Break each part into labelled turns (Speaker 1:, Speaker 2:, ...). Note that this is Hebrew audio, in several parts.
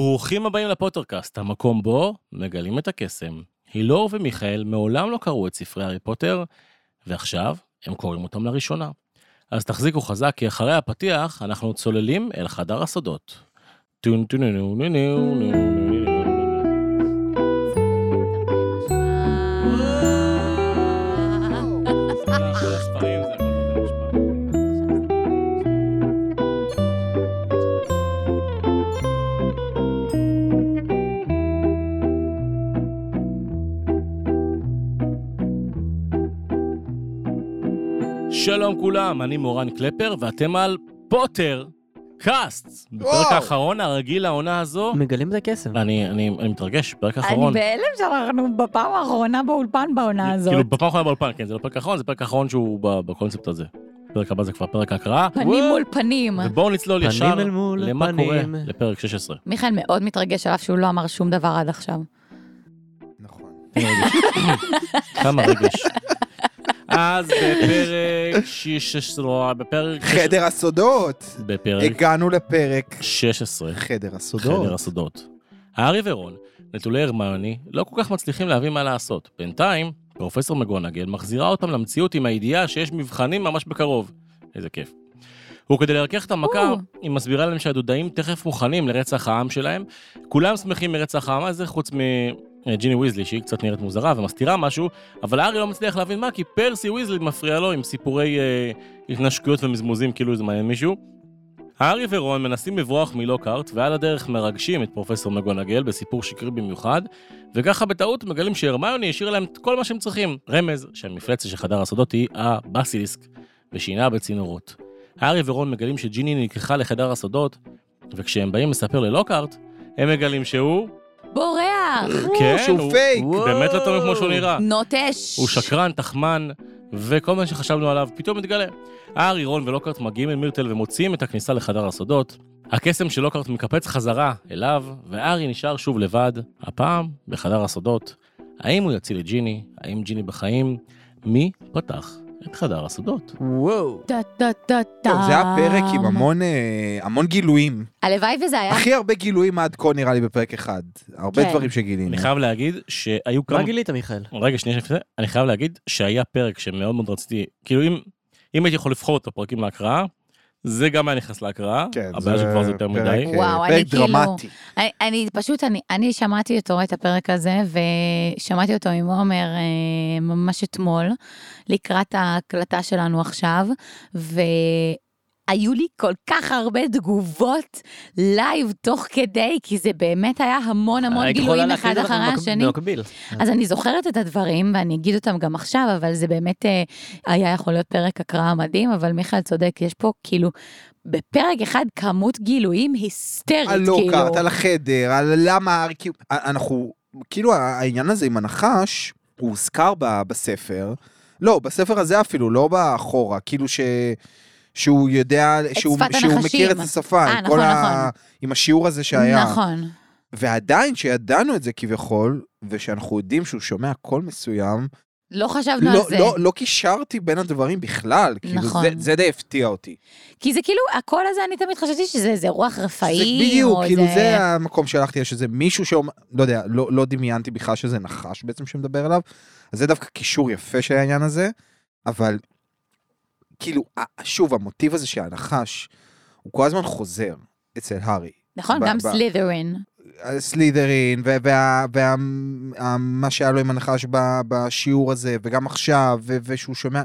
Speaker 1: ברוכים הבאים לפוטרקאסט, המקום בו מגלים את הקסם. הילור ומיכאל מעולם לא קראו את ספרי הארי פוטר, ועכשיו הם קוראים אותם לראשונה. אז תחזיקו חזק, כי אחרי הפתיח אנחנו צוללים אל חדר הסודות. טון טון טון טון טון טון טון. שלום כולם, אני מורן קלפר, ואתם על פוטר קאסט. בפרק
Speaker 2: וואו.
Speaker 1: האחרון הרגיל לעונה הזו,
Speaker 3: מגלים את הקסם.
Speaker 1: אני, אני, אני מתרגש, פרק
Speaker 2: אני
Speaker 1: אחרון.
Speaker 2: בהלם שאנחנו בפעם האחרונה באולפן בעונה הזאת.
Speaker 1: כאילו, בפעם האחרונה באולפן, כן, זה לא פרק אחרון, זה פרק אחרון שהוא ב- בקונספט הזה. פרק הבא זה כבר פרק הקראה.
Speaker 2: פנים מול פנים.
Speaker 1: ובואו נצלול
Speaker 3: פנים
Speaker 1: ישר
Speaker 3: אל מול
Speaker 1: למה
Speaker 3: פנים.
Speaker 1: קורה לפרק 16.
Speaker 2: מיכאל מאוד מתרגש על אף שהוא לא אמר שום דבר עד עכשיו.
Speaker 4: נכון.
Speaker 1: כמה רגש. כמה רגש. אז בפרק 16, בפרק...
Speaker 4: חדר הסודות!
Speaker 1: בפרק
Speaker 4: הגענו לפרק
Speaker 1: 16,
Speaker 4: חדר
Speaker 1: חדר
Speaker 4: הסודות.
Speaker 1: הסודות. הארי ורון, נטולי הרמיוני, לא כל כך מצליחים להבין מה לעשות. בינתיים, פרופסור מגונגל מחזירה אותם למציאות עם הידיעה שיש מבחנים ממש בקרוב. איזה כיף. וכדי לרכך את המכה,
Speaker 2: או.
Speaker 1: היא מסבירה להם שהדודאים תכף מוכנים לרצח העם שלהם. כולם שמחים מרצח העם הזה, חוץ מג'יני ויזלי, שהיא קצת נראית מוזרה ומסתירה משהו, אבל הארי לא מצליח להבין מה, כי פרסי ויזלי מפריע לו עם סיפורי אה, התנשקויות ומזמוזים, כאילו זה מעניין מישהו. הארי ורון מנסים לברוח מלוקהרט, ועל הדרך מרגשים את פרופסור מגונגל בסיפור שקרי במיוחד, וככה בטעות מגלים שהרמיוני השאירה להם את כל מה שהם צריכים. רמז שהמפלצת של חדר הסודות היא הבסיליסק, ושינה בצינורות. הארי ורון מגלים שג'יני נלקחה לחדר הסודות, וכשהם באים לספר ללוקהרט, הם מגלים שהוא...
Speaker 2: בורח!
Speaker 1: כן,
Speaker 4: שהוא
Speaker 1: הוא-
Speaker 4: פייק!
Speaker 1: הוא באמת לא טוב כמו שהוא נראה.
Speaker 2: נוטש!
Speaker 1: הוא שקרן, תחמן, וכל מה שחשבנו עליו פתאום מתגלה. הארי, רון ולוקארט מגיעים אל מירטל ומוציאים את הכניסה לחדר הסודות. הקסם של לוקארט מקפץ חזרה אליו, והארי נשאר שוב לבד, הפעם בחדר הסודות. האם הוא יציל את ג'יני? האם ג'יני בחיים? מי פתח את חדר הסודות?
Speaker 3: וואו.
Speaker 2: טה טה טה טה.
Speaker 4: טוב, זה היה פרק עם המון אה, המון גילויים.
Speaker 2: הלוואי וזה היה...
Speaker 4: הכי הרבה גילויים עד כה נראה לי בפרק אחד. הרבה
Speaker 2: אה? כן.
Speaker 4: דברים שגילינו.
Speaker 1: אני חייב להגיד שהיו כמה...
Speaker 3: מה גילית, מיכאל?
Speaker 1: רגע, שנייה לפני זה, אני חייב להגיד שהיה פרק שמאוד מאוד רציתי, כאילו אם, אם הייתי יכול לבחור את הפרקים להקראה, זה גם היה נכנס להקראה,
Speaker 4: כן,
Speaker 1: הבעיה שכבר זה יותר
Speaker 4: פרק,
Speaker 1: מדי.
Speaker 4: אה,
Speaker 2: וואו, אני
Speaker 4: פרק
Speaker 2: כאילו-
Speaker 4: דרמטי.
Speaker 2: אני- אני פשוט, אני- אני שמעתי אותו, את הפרק הזה, ושמעתי אותו עם עומר אה, ממש אתמול, לקראת ההקלטה שלנו עכשיו, והיו לי כל כך הרבה תגובות לייב תוך כדי, כי זה באמת היה המון המון
Speaker 3: היית
Speaker 2: גילויים
Speaker 3: אה, יכולה
Speaker 2: אחד
Speaker 3: להקליט
Speaker 2: אחרי
Speaker 3: אותם במק-
Speaker 2: השני.
Speaker 3: במקביל.
Speaker 2: אז אני זוכרת את הדברים, ואני אגיד אותם גם עכשיו, אבל זה באמת אה, היה יכול להיות פרק הקראה מדהים, אבל מיכאל צודק, יש פה כאילו, בפרק אחד כמות גילויים היסטרית,
Speaker 4: על
Speaker 2: כאילו.
Speaker 4: לוקארט, על החדר, על למה... כאילו, אנחנו... כאילו העניין הזה עם הנחש, הוא הוזכר ב- בספר. לא, בספר הזה אפילו, לא באחורה. כאילו ש... שהוא יודע, שהוא,
Speaker 2: שפת
Speaker 4: שהוא
Speaker 2: הנחשים.
Speaker 4: מכיר את השפה,
Speaker 2: אה,
Speaker 4: עם
Speaker 2: נכון,
Speaker 4: כל ה...
Speaker 2: נכון.
Speaker 4: עם השיעור הזה שהיה.
Speaker 2: נכון.
Speaker 4: ועדיין שידענו את זה כביכול, ושאנחנו יודעים שהוא שומע קול מסוים,
Speaker 2: לא חשבנו על
Speaker 4: לא,
Speaker 2: זה.
Speaker 4: לא, לא קישרתי בין הדברים בכלל, כאילו
Speaker 2: נכון.
Speaker 4: זה, זה די הפתיע אותי.
Speaker 2: כי זה כאילו, הקול הזה, אני תמיד חשבתי שזה איזה רוח רפאים,
Speaker 4: זה בדיוק,
Speaker 2: או
Speaker 4: כאילו
Speaker 2: איזה...
Speaker 4: זה המקום שהלכתי, יש איזה מישהו שאומר, לא יודע, לא, לא דמיינתי בכלל שזה נחש בעצם שמדבר עליו, אז זה דווקא קישור יפה של העניין הזה, אבל כאילו, ה- שוב, המוטיב הזה של הנחש, הוא כל הזמן חוזר אצל הארי.
Speaker 2: נכון,
Speaker 4: ב-
Speaker 2: גם
Speaker 4: ב-
Speaker 2: סלית'רין.
Speaker 4: סלידרין, ומה וה, וה, וה, מה שהיה לו עם הנחש ב- בשיעור הזה, וגם עכשיו, ו, ושהוא שומע,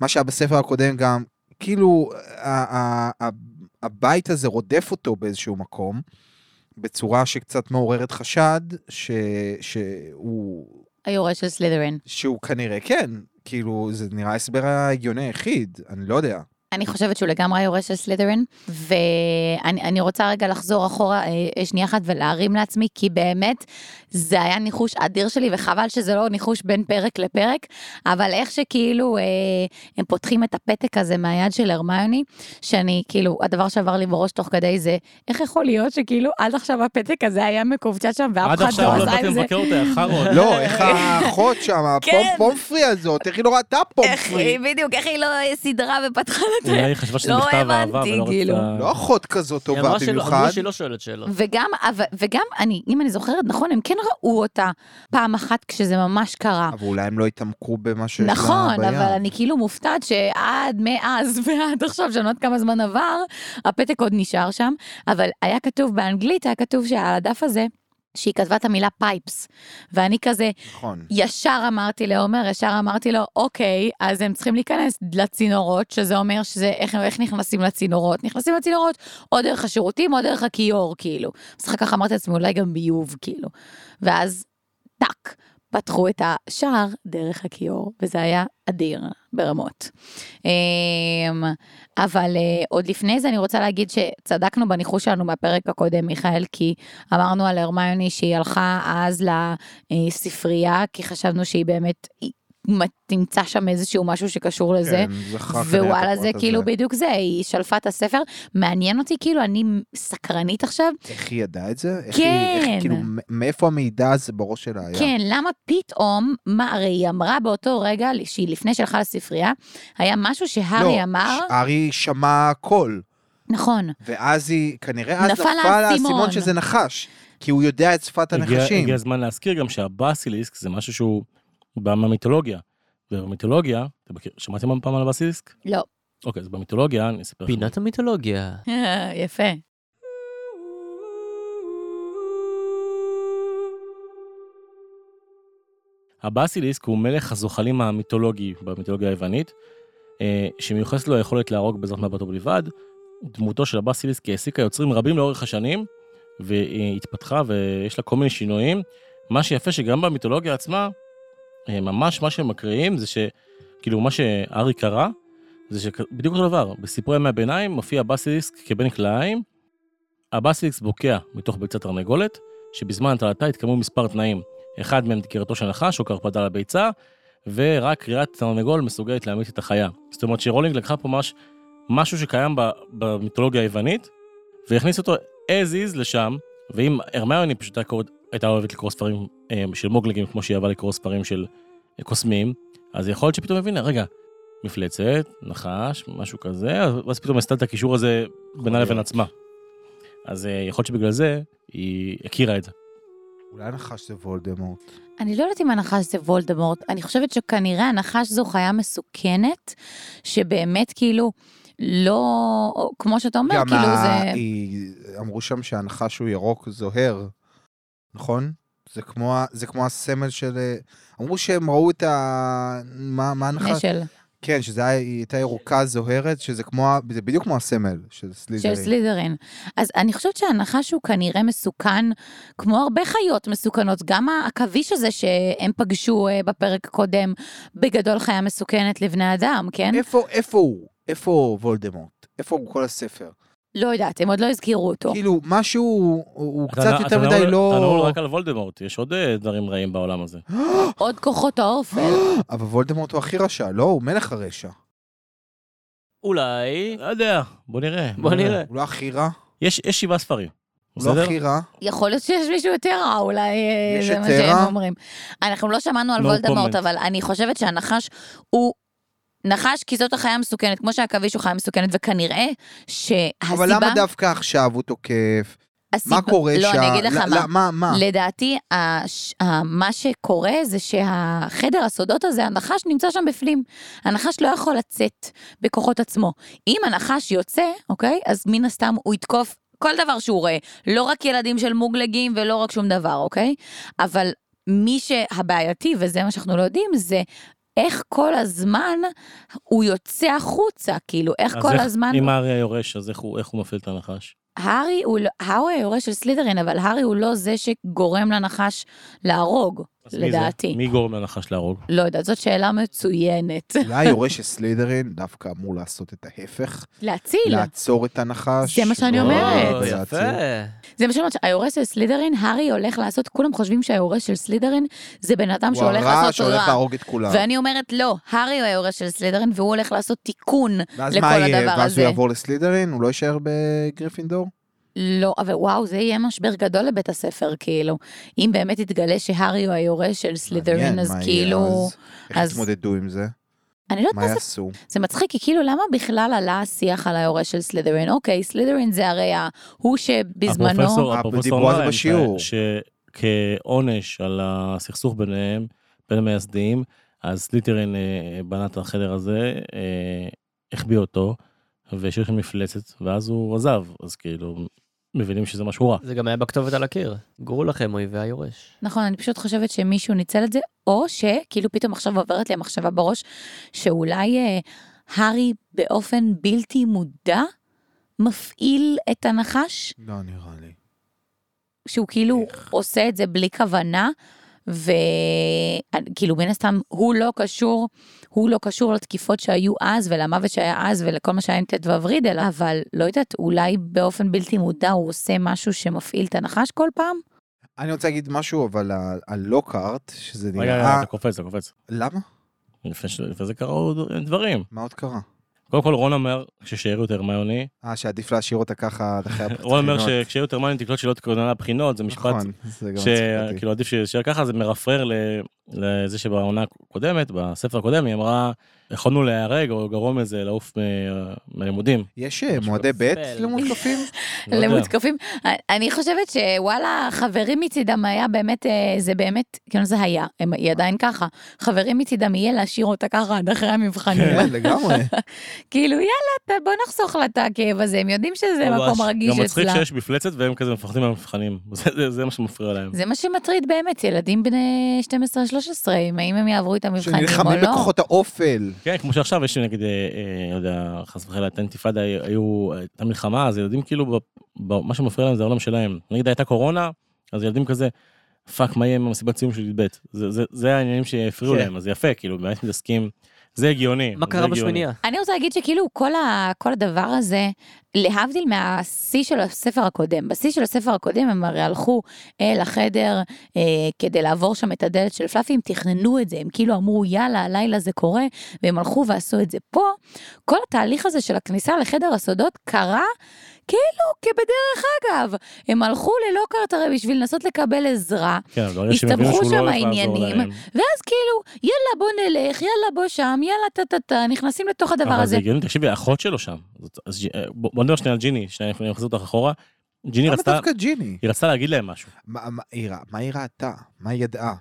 Speaker 4: מה שהיה בספר הקודם גם, כאילו, ה, ה, ה, הבית הזה רודף אותו באיזשהו מקום, בצורה שקצת מעוררת חשד, ש, שהוא,
Speaker 2: היורש של סלית'רין.
Speaker 4: שהוא כנראה כן, כאילו, זה נראה ההסבר ההגיוני היחיד, אני לא יודע.
Speaker 2: אני חושבת שהוא לגמרי היורש של סלית'רין, ואני אני רוצה רגע לחזור אחורה אה, שנייה אחת ולהרים לעצמי, כי באמת זה היה ניחוש אדיר שלי, וחבל שזה לא ניחוש בין פרק לפרק, אבל איך שכאילו אה, הם פותחים את הפתק הזה מהיד של הרמיוני, שאני, כאילו, הדבר שעבר לי בראש תוך כדי זה, איך יכול להיות שכאילו עד עכשיו הפתק הזה היה מקובצ'ת שם, ואף
Speaker 1: עד
Speaker 2: אחד
Speaker 1: עכשיו
Speaker 2: לא
Speaker 1: לא
Speaker 2: עשה
Speaker 1: באתי
Speaker 2: עם זה?
Speaker 1: לבקר אותה, חרון.
Speaker 4: לא, איך האחות שם,
Speaker 2: כן.
Speaker 4: הפומפרי הזאת, איך היא לא ראתה
Speaker 2: איך
Speaker 4: פומפרי?
Speaker 2: היא, בדיוק, איך היא לא אה, סידרה ופתחה
Speaker 1: אולי היא חשבה שזה
Speaker 2: לא
Speaker 1: נכתב אהבה
Speaker 2: הבנתי,
Speaker 1: ולא
Speaker 2: כאילו.
Speaker 1: רצתה...
Speaker 4: לא אחות כזאת
Speaker 3: היא
Speaker 4: טובה
Speaker 3: אמרה שלא-
Speaker 4: במיוחד.
Speaker 3: אמרו שהיא לא שואלת שאלות.
Speaker 2: וגם, אבל- וגם אני, אם אני זוכרת נכון, הם כן ראו אותה פעם אחת כשזה ממש קרה.
Speaker 4: אבל אולי הם לא התעמקו במה שיש לה ביד.
Speaker 2: נכון, אבל אני כאילו מופתעת שעד מאז ועד עכשיו, שאני לא יודעת כמה זמן עבר, הפתק עוד נשאר שם, אבל היה כתוב באנגלית, היה כתוב שעל הדף הזה, שהיא כתבה את המילה פייפס, ואני כזה,
Speaker 4: נכון.
Speaker 2: ישר אמרתי לעומר, ישר אמרתי לו, אוקיי, אז הם צריכים להיכנס לצינורות, שזה אומר שזה, איך, איך נכנסים לצינורות? נכנסים לצינורות או דרך השירותים או דרך הכיור, כאילו. אז אחר כך אמרתי לעצמי, אולי גם ביוב, כאילו. ואז, טאק, פתחו את השער דרך הכיור, וזה היה אדיר ברמות. אמ, אבל אה, עוד לפני זה אני רוצה להגיד שצדקנו בניחוש שלנו בפרק הקודם, מיכאל, כי אמרנו על הרמיוני שהיא הלכה אז לספרייה, כי חשבנו שהיא באמת היא תמצא שם איזשהו משהו שקשור לזה.
Speaker 4: כן, זכר כנראה
Speaker 2: ווואלה
Speaker 4: את
Speaker 2: זה
Speaker 4: הפרט
Speaker 2: כאילו
Speaker 4: הזה.
Speaker 2: בדיוק זה, היא שלפה את הספר, מעניין אותי כאילו, אני סקרנית עכשיו,
Speaker 4: איך היא ידעה את זה? איך היא- איך היא-
Speaker 2: כן.
Speaker 4: כאילו, מ- מאיפה המידע הזה בראש שלה היה?
Speaker 2: כן, למה פתאום, מה, הרי היא אמרה באותו רגע, שהיא לפני שהלכה לספרייה, היה משהו שהארי
Speaker 4: לא,
Speaker 2: אמר,
Speaker 4: ש- ארי שמע קול,
Speaker 2: נכון,
Speaker 4: ואז היא, כנראה אז
Speaker 2: נפל
Speaker 4: נפל לה
Speaker 2: האסימון.
Speaker 4: האסימון שזה נחש, כי הוא יודע את שפת
Speaker 1: הגיע-
Speaker 4: הנחשים.
Speaker 1: הגיע הזמן להזכיר גם שהבסיליסק זה משהו שהוא בא מהמיתולוגיה. ובמיתולוגיה, אתם מכיר- שמעתם פעם על הבסיליסק?
Speaker 2: לא.
Speaker 1: אוקיי, אז במיתולוגיה, אני אספר לכם.
Speaker 3: פינת המיתולוגיה.
Speaker 2: יפה.
Speaker 1: הבסיליסק הוא מלך הזוחלים המיתולוגי במיתולוגיה היוונית, אה, שמיוחס לו היכולת להרוג בעזרת מבטו בלבד. דמותו של הבסיליסק העסיקה יוצרים רבים לאורך השנים, והתפתחה ויש לה כל מיני שינויים. מה שיפה שגם במיתולוגיה עצמה, אה, ממש מה שהם מקריאים זה שכאילו מה שארי קרא, זה שבדיוק אותו דבר, בסיפורי ימי הביניים מופיע הבסיליסק כבן כלאיים. הבסיליסק בוקע מתוך ביצת תרנגולת, שבזמן הטלתה התקיימו מספר תנאים. אחד מהם דקירתו של נחש או קרפדה לביצה, ורק קריאת תרנגול מסוגלת להמית את החיה. זאת אומרת שרולינג לקחה פה מש, משהו שקיים ב, במיתולוגיה היוונית, והכניס אותו as is לשם, ואם הרמיוני פשוט הייתה קוראת- הייתה אוהבת לקרוא ספרים אה, של מוגלגים, כמו שהיא אהבה לקרוא ספרים של אה, קוסמים, אז יכול להיות שפתאום הבינה, רגע, מפלצת, נחש, משהו כזה, אז- ואז פתאום עשתה את הקישור הזה בינה לבין
Speaker 4: להיות.
Speaker 1: עצמה. אז אה, יכול להיות שבגלל זה היא הכירה את זה.
Speaker 4: אולי נחש זה וולדמורט.
Speaker 2: אני לא יודעת אם הנחש זה וולדמורט, אני חושבת שכנראה הנחש זו חיה מסוכנת, שבאמת כאילו, לא, כמו שאתה אומר,
Speaker 4: גם
Speaker 2: כאילו
Speaker 4: ה-
Speaker 2: זה...
Speaker 4: היא- אמרו שם שהנחש הוא ירוק זוהר, נכון? זה כמו, ה- זה כמו הסמל של... אה, אמרו שהם ראו את ה... מה, מה הנחש?
Speaker 2: של,
Speaker 4: כן, שזה היה, היא הייתה ירוקה זוהרת, שזה כמו, ה- זה בדיוק כמו הסמל
Speaker 2: של
Speaker 4: של סלידרין.
Speaker 2: סלידרין. אז אני חושבת שהנחש הוא כנראה מסוכן, כמו הרבה חיות מסוכנות, גם העכביש הזה שהם פגשו אה, בפרק הקודם, בגדול חיה מסוכנת לבני אדם, כן?
Speaker 4: איפה, איפה הוא? איפה וולדמורט? איפה הוא כל הספר?
Speaker 2: לא יודעת, הם עוד לא הזכירו אותו.
Speaker 4: כאילו, משהו הוא- הוא
Speaker 1: אתה-
Speaker 4: קצת
Speaker 1: אתה
Speaker 4: יותר
Speaker 1: לא-
Speaker 4: מדי
Speaker 1: אתה לא
Speaker 4: לא...
Speaker 1: רק על וולדמורט, יש עוד אה, דברים רעים בעולם הזה.
Speaker 2: עוד כוחות האופל.
Speaker 4: אבל וולדמורט הוא הכי רשע, לא? הוא מלך הרשע.
Speaker 3: אולי... אה,
Speaker 1: לא יודע, בוא נראה.
Speaker 3: בוא נראה.
Speaker 4: הוא לא הכי רע?
Speaker 1: יש יש שבעה ספרים.
Speaker 4: הוא לא
Speaker 1: בסדר?
Speaker 4: הכי רע?
Speaker 2: יכול להיות שיש מישהו יותר רע, אולי אה,
Speaker 4: יש
Speaker 2: זה מה
Speaker 4: יותר רע?
Speaker 2: שהם אומרים. אנחנו לא שמענו על
Speaker 1: No
Speaker 2: וולדמורט,
Speaker 1: comment.
Speaker 2: אבל אני חושבת שהנחש הוא... נחש, כי זאת החיה המסוכנת, כמו שהעכביש הוא חיה מסוכנת, וכנראה שהסיבה...
Speaker 4: אבל למה דווקא עכשיו הוא תוקף?
Speaker 2: הסיבה-
Speaker 4: מה קורה שם?
Speaker 2: לא, אני אגיד לך
Speaker 4: ל-
Speaker 2: מה.
Speaker 4: ל- מה, מה?
Speaker 1: אה.
Speaker 2: לדעתי, הש... ה... מה שקורה זה שהחדר הסודות הזה, הנחש נמצא שם בפנים. הנחש לא יכול לצאת בכוחות עצמו. אם הנחש יוצא, אוקיי? אז מן הסתם הוא יתקוף כל דבר שהוא רואה. לא רק ילדים של מוגלגים ולא רק שום דבר, אוקיי? אבל מי שהבעייתי, וזה מה שאנחנו לא יודעים, זה... איך כל הזמן הוא יוצא החוצה, כאילו, איך
Speaker 1: אז
Speaker 2: כל
Speaker 1: איך-
Speaker 2: הזמן...
Speaker 1: אם הארי היורש, אז איך הוא איך הוא מפעיל את הנחש?
Speaker 2: הארי הוא, לא- הארי היורש של סלידרין, אבל הארי הוא לא זה שגורם לנחש להרוג,
Speaker 1: אז מי זה?
Speaker 2: לדעתי.
Speaker 1: מי גורם לנחש להרוג?
Speaker 2: לא יודעת, זאת שאלה מצוינת.
Speaker 4: אולי יורש סלידרין דווקא אמור לעשות את ההפך,
Speaker 2: להציל.
Speaker 4: לעצור את הנחש.
Speaker 2: זה מה שאני
Speaker 4: ו-
Speaker 2: אומרת.
Speaker 3: או,
Speaker 4: ולהציל.
Speaker 3: יפה.
Speaker 2: זה מה שאני אומרת, שהיורש של סלידרין, הארי הולך לעשות, כולם חושבים שהיורש של סלידרין זה בן אדם
Speaker 4: הוא
Speaker 2: שהולך
Speaker 4: הרע
Speaker 2: לעשות
Speaker 4: שהולך
Speaker 2: רע.
Speaker 4: להרוג את כולם.
Speaker 2: ואני אומרת, לא, הארי הוא היורש של סלידרין, והוא הולך לעשות תיקון
Speaker 4: ואז
Speaker 2: לכל
Speaker 4: מה יהיה?
Speaker 2: הדבר
Speaker 4: ואז הוא
Speaker 2: הזה.
Speaker 4: יעבור לסלידרין? הוא לא יישאר בגריפינדור?
Speaker 2: לא, אבל וואו, זה יהיה משבר גדול לבית הספר, כאילו. אם באמת יתגלה שהארי הוא היורש של סלידרין,
Speaker 4: מעניין,
Speaker 2: אז
Speaker 4: מה יהיה
Speaker 2: כאילו...
Speaker 4: אז? איך
Speaker 2: אז-
Speaker 4: יתמודדו עם זה?
Speaker 2: אני לא יודעת
Speaker 4: מה
Speaker 2: מה זה
Speaker 4: יעשו?
Speaker 2: זה מצחיק, כי כאילו, למה בכלל עלה השיח על היורש של סלידרין? אוקיי, סלידרין זה הרי ה- הוא שבזמנו...
Speaker 1: הפרופסור,
Speaker 4: אה,
Speaker 1: הפרופסור
Speaker 4: דיברו על זה
Speaker 1: נולן,
Speaker 4: בשיעור.
Speaker 1: שכעונש על הסכסוך ביניהם, בין המייסדים, אז סליטרין אה, בנה את החדר הזה, אה, החביא אותו, והשאיר שם מפלצת, ואז הוא עזב, אז כאילו, מבינים שזה משהו רע.
Speaker 3: זה גם היה בכתובת על הקיר. גורו לכם, אויבי היורש.
Speaker 2: נכון, אני פשוט חושבת שמישהו ניצל את זה, או שכאילו פתאום עכשיו עוברת לי המחשבה בראש, שאולי אה, הארי באופן בלתי מודע מפעיל את הנחש,
Speaker 4: לא נראה לי.
Speaker 2: שהוא כאילו עושה את זה בלי כוונה, וכאילו מן הסתם הוא לא קשור, הוא לא קשור לתקיפות שהיו אז ולמוות שהיה אז ולכל מה שהיה עם ט"ו רידל, אבל לא יודעת, אולי באופן בלתי מודע הוא עושה משהו שמפעיל את הנחש כל פעם?
Speaker 4: אני רוצה להגיד משהו, אבל על- על לוקארט, שזה
Speaker 1: רגע, רגע,
Speaker 4: נראה...
Speaker 1: אתה קופץ, אתה קופץ.
Speaker 4: למה?
Speaker 1: לפני ש- לפני זה קרו עוד דברים.
Speaker 4: מה עוד קרה?
Speaker 1: קודם כל רון אומר, כששאריות יותר הרמיוני,
Speaker 4: אה, שעדיף להשאיר אותה ככה עד אחרי הבחינות.
Speaker 1: רון אומר שכשאריות הרמיוני תקלוט שלא תקודנה לבחינות, זה משפט כאילו-
Speaker 4: נכון, זה גם מצחיק אותי.
Speaker 1: שכאילו עדיף שישאר ככה, זה מרפרר ל- לזה שבעונה הקודמת, בספר הקודם, היא אמרה, יכולנו להיהרג או גרום לזה לעוף מ- מהלימודים.
Speaker 4: יש אה, מועדי ב'
Speaker 3: אפל.
Speaker 4: למותקפים?
Speaker 1: לא יודע.
Speaker 2: למותקפים. אני חושבת שוואלה, חברים מצידם היה באמת, אה, זה באמת, כאילו זה היה, הם- היא עדיין ככה. חברים מצידם יהיה להשאיר אותה ככה עד אחרי המבחנים.
Speaker 4: כן, לגמרי.
Speaker 2: כאילו, יאללה, ת- בוא נחסוך לה את הכאב הזה, הם יודעים שזה
Speaker 3: ממש.
Speaker 2: מקום רגיש
Speaker 1: גם מצחיק
Speaker 2: אצלה.
Speaker 1: שיש מפלצת והם כזה מפחדים מהמבחנים. זה- זה- זה מה שמפריע להם.
Speaker 2: זה מה שמטריד באמת, ילדים בני 12-13, אם האם הם יעברו את המבחנים או
Speaker 4: שנלחמים
Speaker 2: לא.
Speaker 4: בכוחות האופל.
Speaker 1: כן, כמו שעכשיו יש נגיד, אה, אה, לא יודע, חס וחלילה, את האינתיפאדה, היו- היו, הייתה מלחמה, אז ילדים כאילו, ב- ב- מה שמפריע להם זה העולם שלהם. נגיד הייתה קורונה, אז ילדים כזה, פאק, מה יהיה עם המסיבת סיום של י"ב? זה- זה- זה העניינים שהפריעו
Speaker 3: כן.
Speaker 1: להם, אז זה יפה, כאילו, באמת מתעסקים, זה הגיוני.
Speaker 3: מה
Speaker 1: כן, זה
Speaker 3: קרה
Speaker 1: הגיוני.
Speaker 3: בשמינייה?
Speaker 2: אני רוצה להגיד שכאילו כל, ה, כל הדבר הזה, להבדיל מהשיא של הספר הקודם, בשיא של הספר הקודם הם הרי הלכו אל החדר אה, כדי לעבור שם את הדלת של פלאפי, הם תכננו את זה, הם כאילו אמרו יאללה, הלילה זה קורה, והם הלכו ועשו את זה פה. כל התהליך הזה של הכניסה לחדר הסודות קרה כאילו כבדרך אגב. הם הלכו ללוקארט הרי בשביל לנסות לקבל עזרה,
Speaker 1: כן, אבל ברגע שהם
Speaker 2: הסתבכו
Speaker 1: הבינו שהוא
Speaker 2: שם
Speaker 1: לא הולך לעזור
Speaker 2: העניינים,
Speaker 1: להם.
Speaker 2: ואז כאילו, יאללה בוא נלך, יאללה בוא שם, יאללה טה-טה-טה, נכנסים לתוך הדבר
Speaker 1: אבל
Speaker 2: הזה.
Speaker 1: זה הגיוני, תקשיבי, האחות שלו שם. זאת- אז ג'- אה, בוא בוא נדבר שנייה על ג'יני, שנייה, אני מחזיר אותך אחורה. ג'יני
Speaker 4: למה
Speaker 1: רצתה,
Speaker 4: דווקא ג'יני?
Speaker 1: היא רצתה להגיד להם משהו.
Speaker 4: מה מה היא ראה- מה היא ראתה? מה היא ידעה?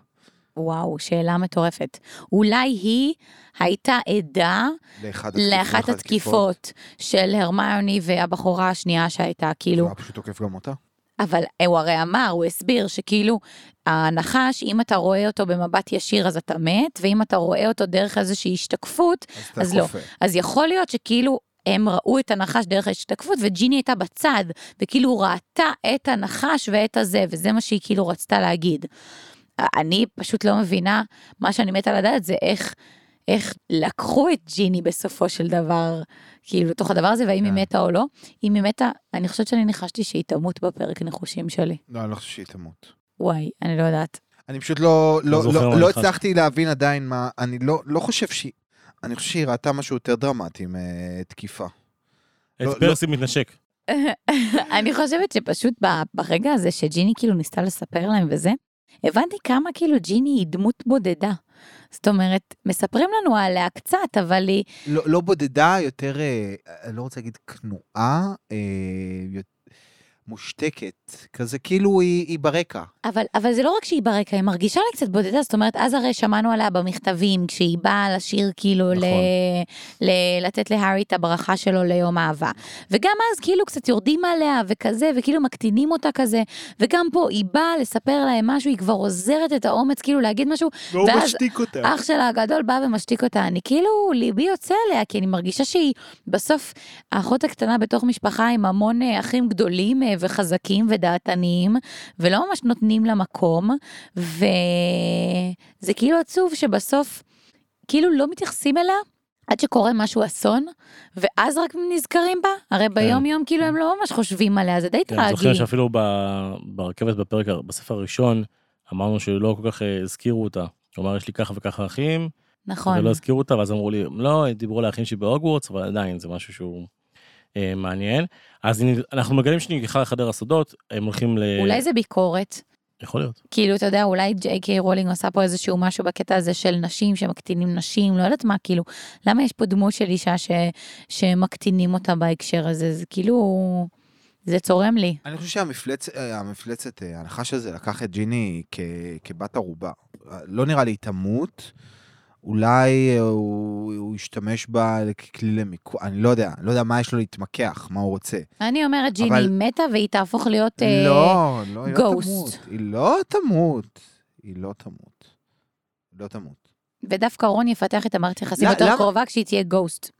Speaker 2: וואו, שאלה מטורפת. אולי היא הייתה עדה
Speaker 4: לאחד התקיפ-
Speaker 2: לאחת התקיפות של הרמיוני והבחורה השנייה שהייתה, כאילו,
Speaker 4: הוא היה פשוט תוקף גם אותה.
Speaker 2: אבל הוא הרי אמר, הוא הסביר שכאילו, הנחש, אם אתה רואה אותו במבט ישיר אז אתה מת, ואם אתה רואה אותו דרך איזושהי השתקפות,
Speaker 4: אז
Speaker 2: אז
Speaker 4: אתה
Speaker 2: לא.
Speaker 4: כופה.
Speaker 2: אז יכול להיות שכאילו... הם ראו את הנחש דרך ההשתקפות, וג'יני הייתה בצד, וכאילו ראתה את הנחש ואת הזה, וזה מה שהיא כאילו רצתה להגיד. אני פשוט לא מבינה, מה שאני מתה לדעת זה איך, איך לקחו את ג'יני בסופו של דבר, כאילו, לתוך הדבר הזה, והאם היא
Speaker 4: כן.
Speaker 2: מתה או לא. אם היא מתה, אני חושבת שאני ניחשתי שהיא תמות בפרק ניחושים שלי.
Speaker 4: לא, אני לא חושב שהיא תמות.
Speaker 2: וואי, אני לא יודעת.
Speaker 4: אני פשוט לא, לא,
Speaker 1: זוכר
Speaker 4: לא,
Speaker 1: מה
Speaker 4: לא
Speaker 1: נכנס.
Speaker 4: הצלחתי להבין עדיין מה, אני לא, לא חושב שהיא, אני חושב שהיא ראתה משהו יותר דרמטי אה, מתקיפה.
Speaker 1: את
Speaker 4: לא-
Speaker 1: פרסי מתנשק.
Speaker 2: אני חושבת שפשוט ב- ברגע הזה שג'יני כאילו ניסתה לספר להם וזה, הבנתי כמה כאילו ג'יני היא דמות בודדה. זאת אומרת, מספרים לנו עליה קצת, אבל היא...
Speaker 4: לא, לא בודדה, יותר, אה, אני לא רוצה להגיד כנועה, אה, יות- מושתקת, כזה כאילו היא, היא ברקע.
Speaker 2: אבל, אבל זה לא רק שהיא ברקע, היא מרגישה לי קצת בודדה, זאת אומרת, אז הרי שמענו עליה במכתבים, כשהיא באה לשיר כאילו
Speaker 1: נכון.
Speaker 2: ל, ל, לתת להארי את הברכה שלו ליום אהבה. וגם אז כאילו קצת יורדים עליה וכזה, וכאילו מקטינים אותה כזה, וגם פה היא באה לספר להם משהו, היא כבר אוזרת את האומץ כאילו להגיד משהו,
Speaker 4: והוא
Speaker 2: ואז-
Speaker 4: משתיק אותה.
Speaker 1: כן.
Speaker 2: אח שלה הגדול בא ומשתיק אותה, אני כאילו, ליבי יוצא עליה, כי אני מרגישה שהיא בסוף האחות הקטנה בתוך משפחה עם המון אה, אחים גדולים אה, וחזקים ודעתניים, ולא ממש נותנים לה מקום, וזה כאילו עצוב שבסוף, כאילו לא מתייחסים אליה. עד שקורה משהו אסון, ואז רק נזכרים בה? הרי ביום יום כאילו הם לא ממש חושבים עליה, זה די
Speaker 1: כן, אני זוכר
Speaker 2: טרגי.
Speaker 1: שאפילו ב- ברכבת בפרק, הר- בספר הראשון, אמרנו שלא כל כך אה, הזכירו אותה. כלומר, יש לי ככה וככה אחים,
Speaker 2: נכון.
Speaker 1: ולא הזכירו אותה, ואז אמרו לי, לא, דיברו על האחים שלי בהוגוורטס, אבל עדיין זה משהו שהוא אה, מעניין. אז הנה, אנחנו מגלים שהיא נלקחה לחדר הסודות, הם הולכים ל...
Speaker 2: אולי זה ביקורת
Speaker 1: יכול להיות.
Speaker 2: כאילו, אתה יודע, אולי ג'יי קיי רולינג עושה פה איזשהו משהו בקטע הזה של נשים שמקטינים נשים, לא יודעת מה, כאילו, למה יש פה דמות של אישה ש... שמקטינים אותה בהקשר הזה? זה כאילו, זה צורם לי.
Speaker 4: אני חושב שהמפלצת, אה, המפלצת, אה, הנחש הזה לקח את ג'יני כ, כבת ערובה. אה, לא נראה לי התעמות, אולי אה, הוא, הוא ישתמש בה ככלי למיקוח, אני לא יודע, אני לא יודע מה יש לו להתמקח, מה הוא רוצה.
Speaker 2: אני אומרת, ג'יני
Speaker 4: אבל-
Speaker 2: מתה והיא תהפוך להיות... אה,
Speaker 4: לא, לא, היא לא
Speaker 2: גוסט.
Speaker 4: תמות. היא לא תמות. היא לא תמות. היא לא תמות.
Speaker 2: ודווקא רון יפתח את המערכת יחסים
Speaker 4: לא,
Speaker 2: יותר
Speaker 4: למה-
Speaker 2: קרובה כשהיא תהיה גוסט.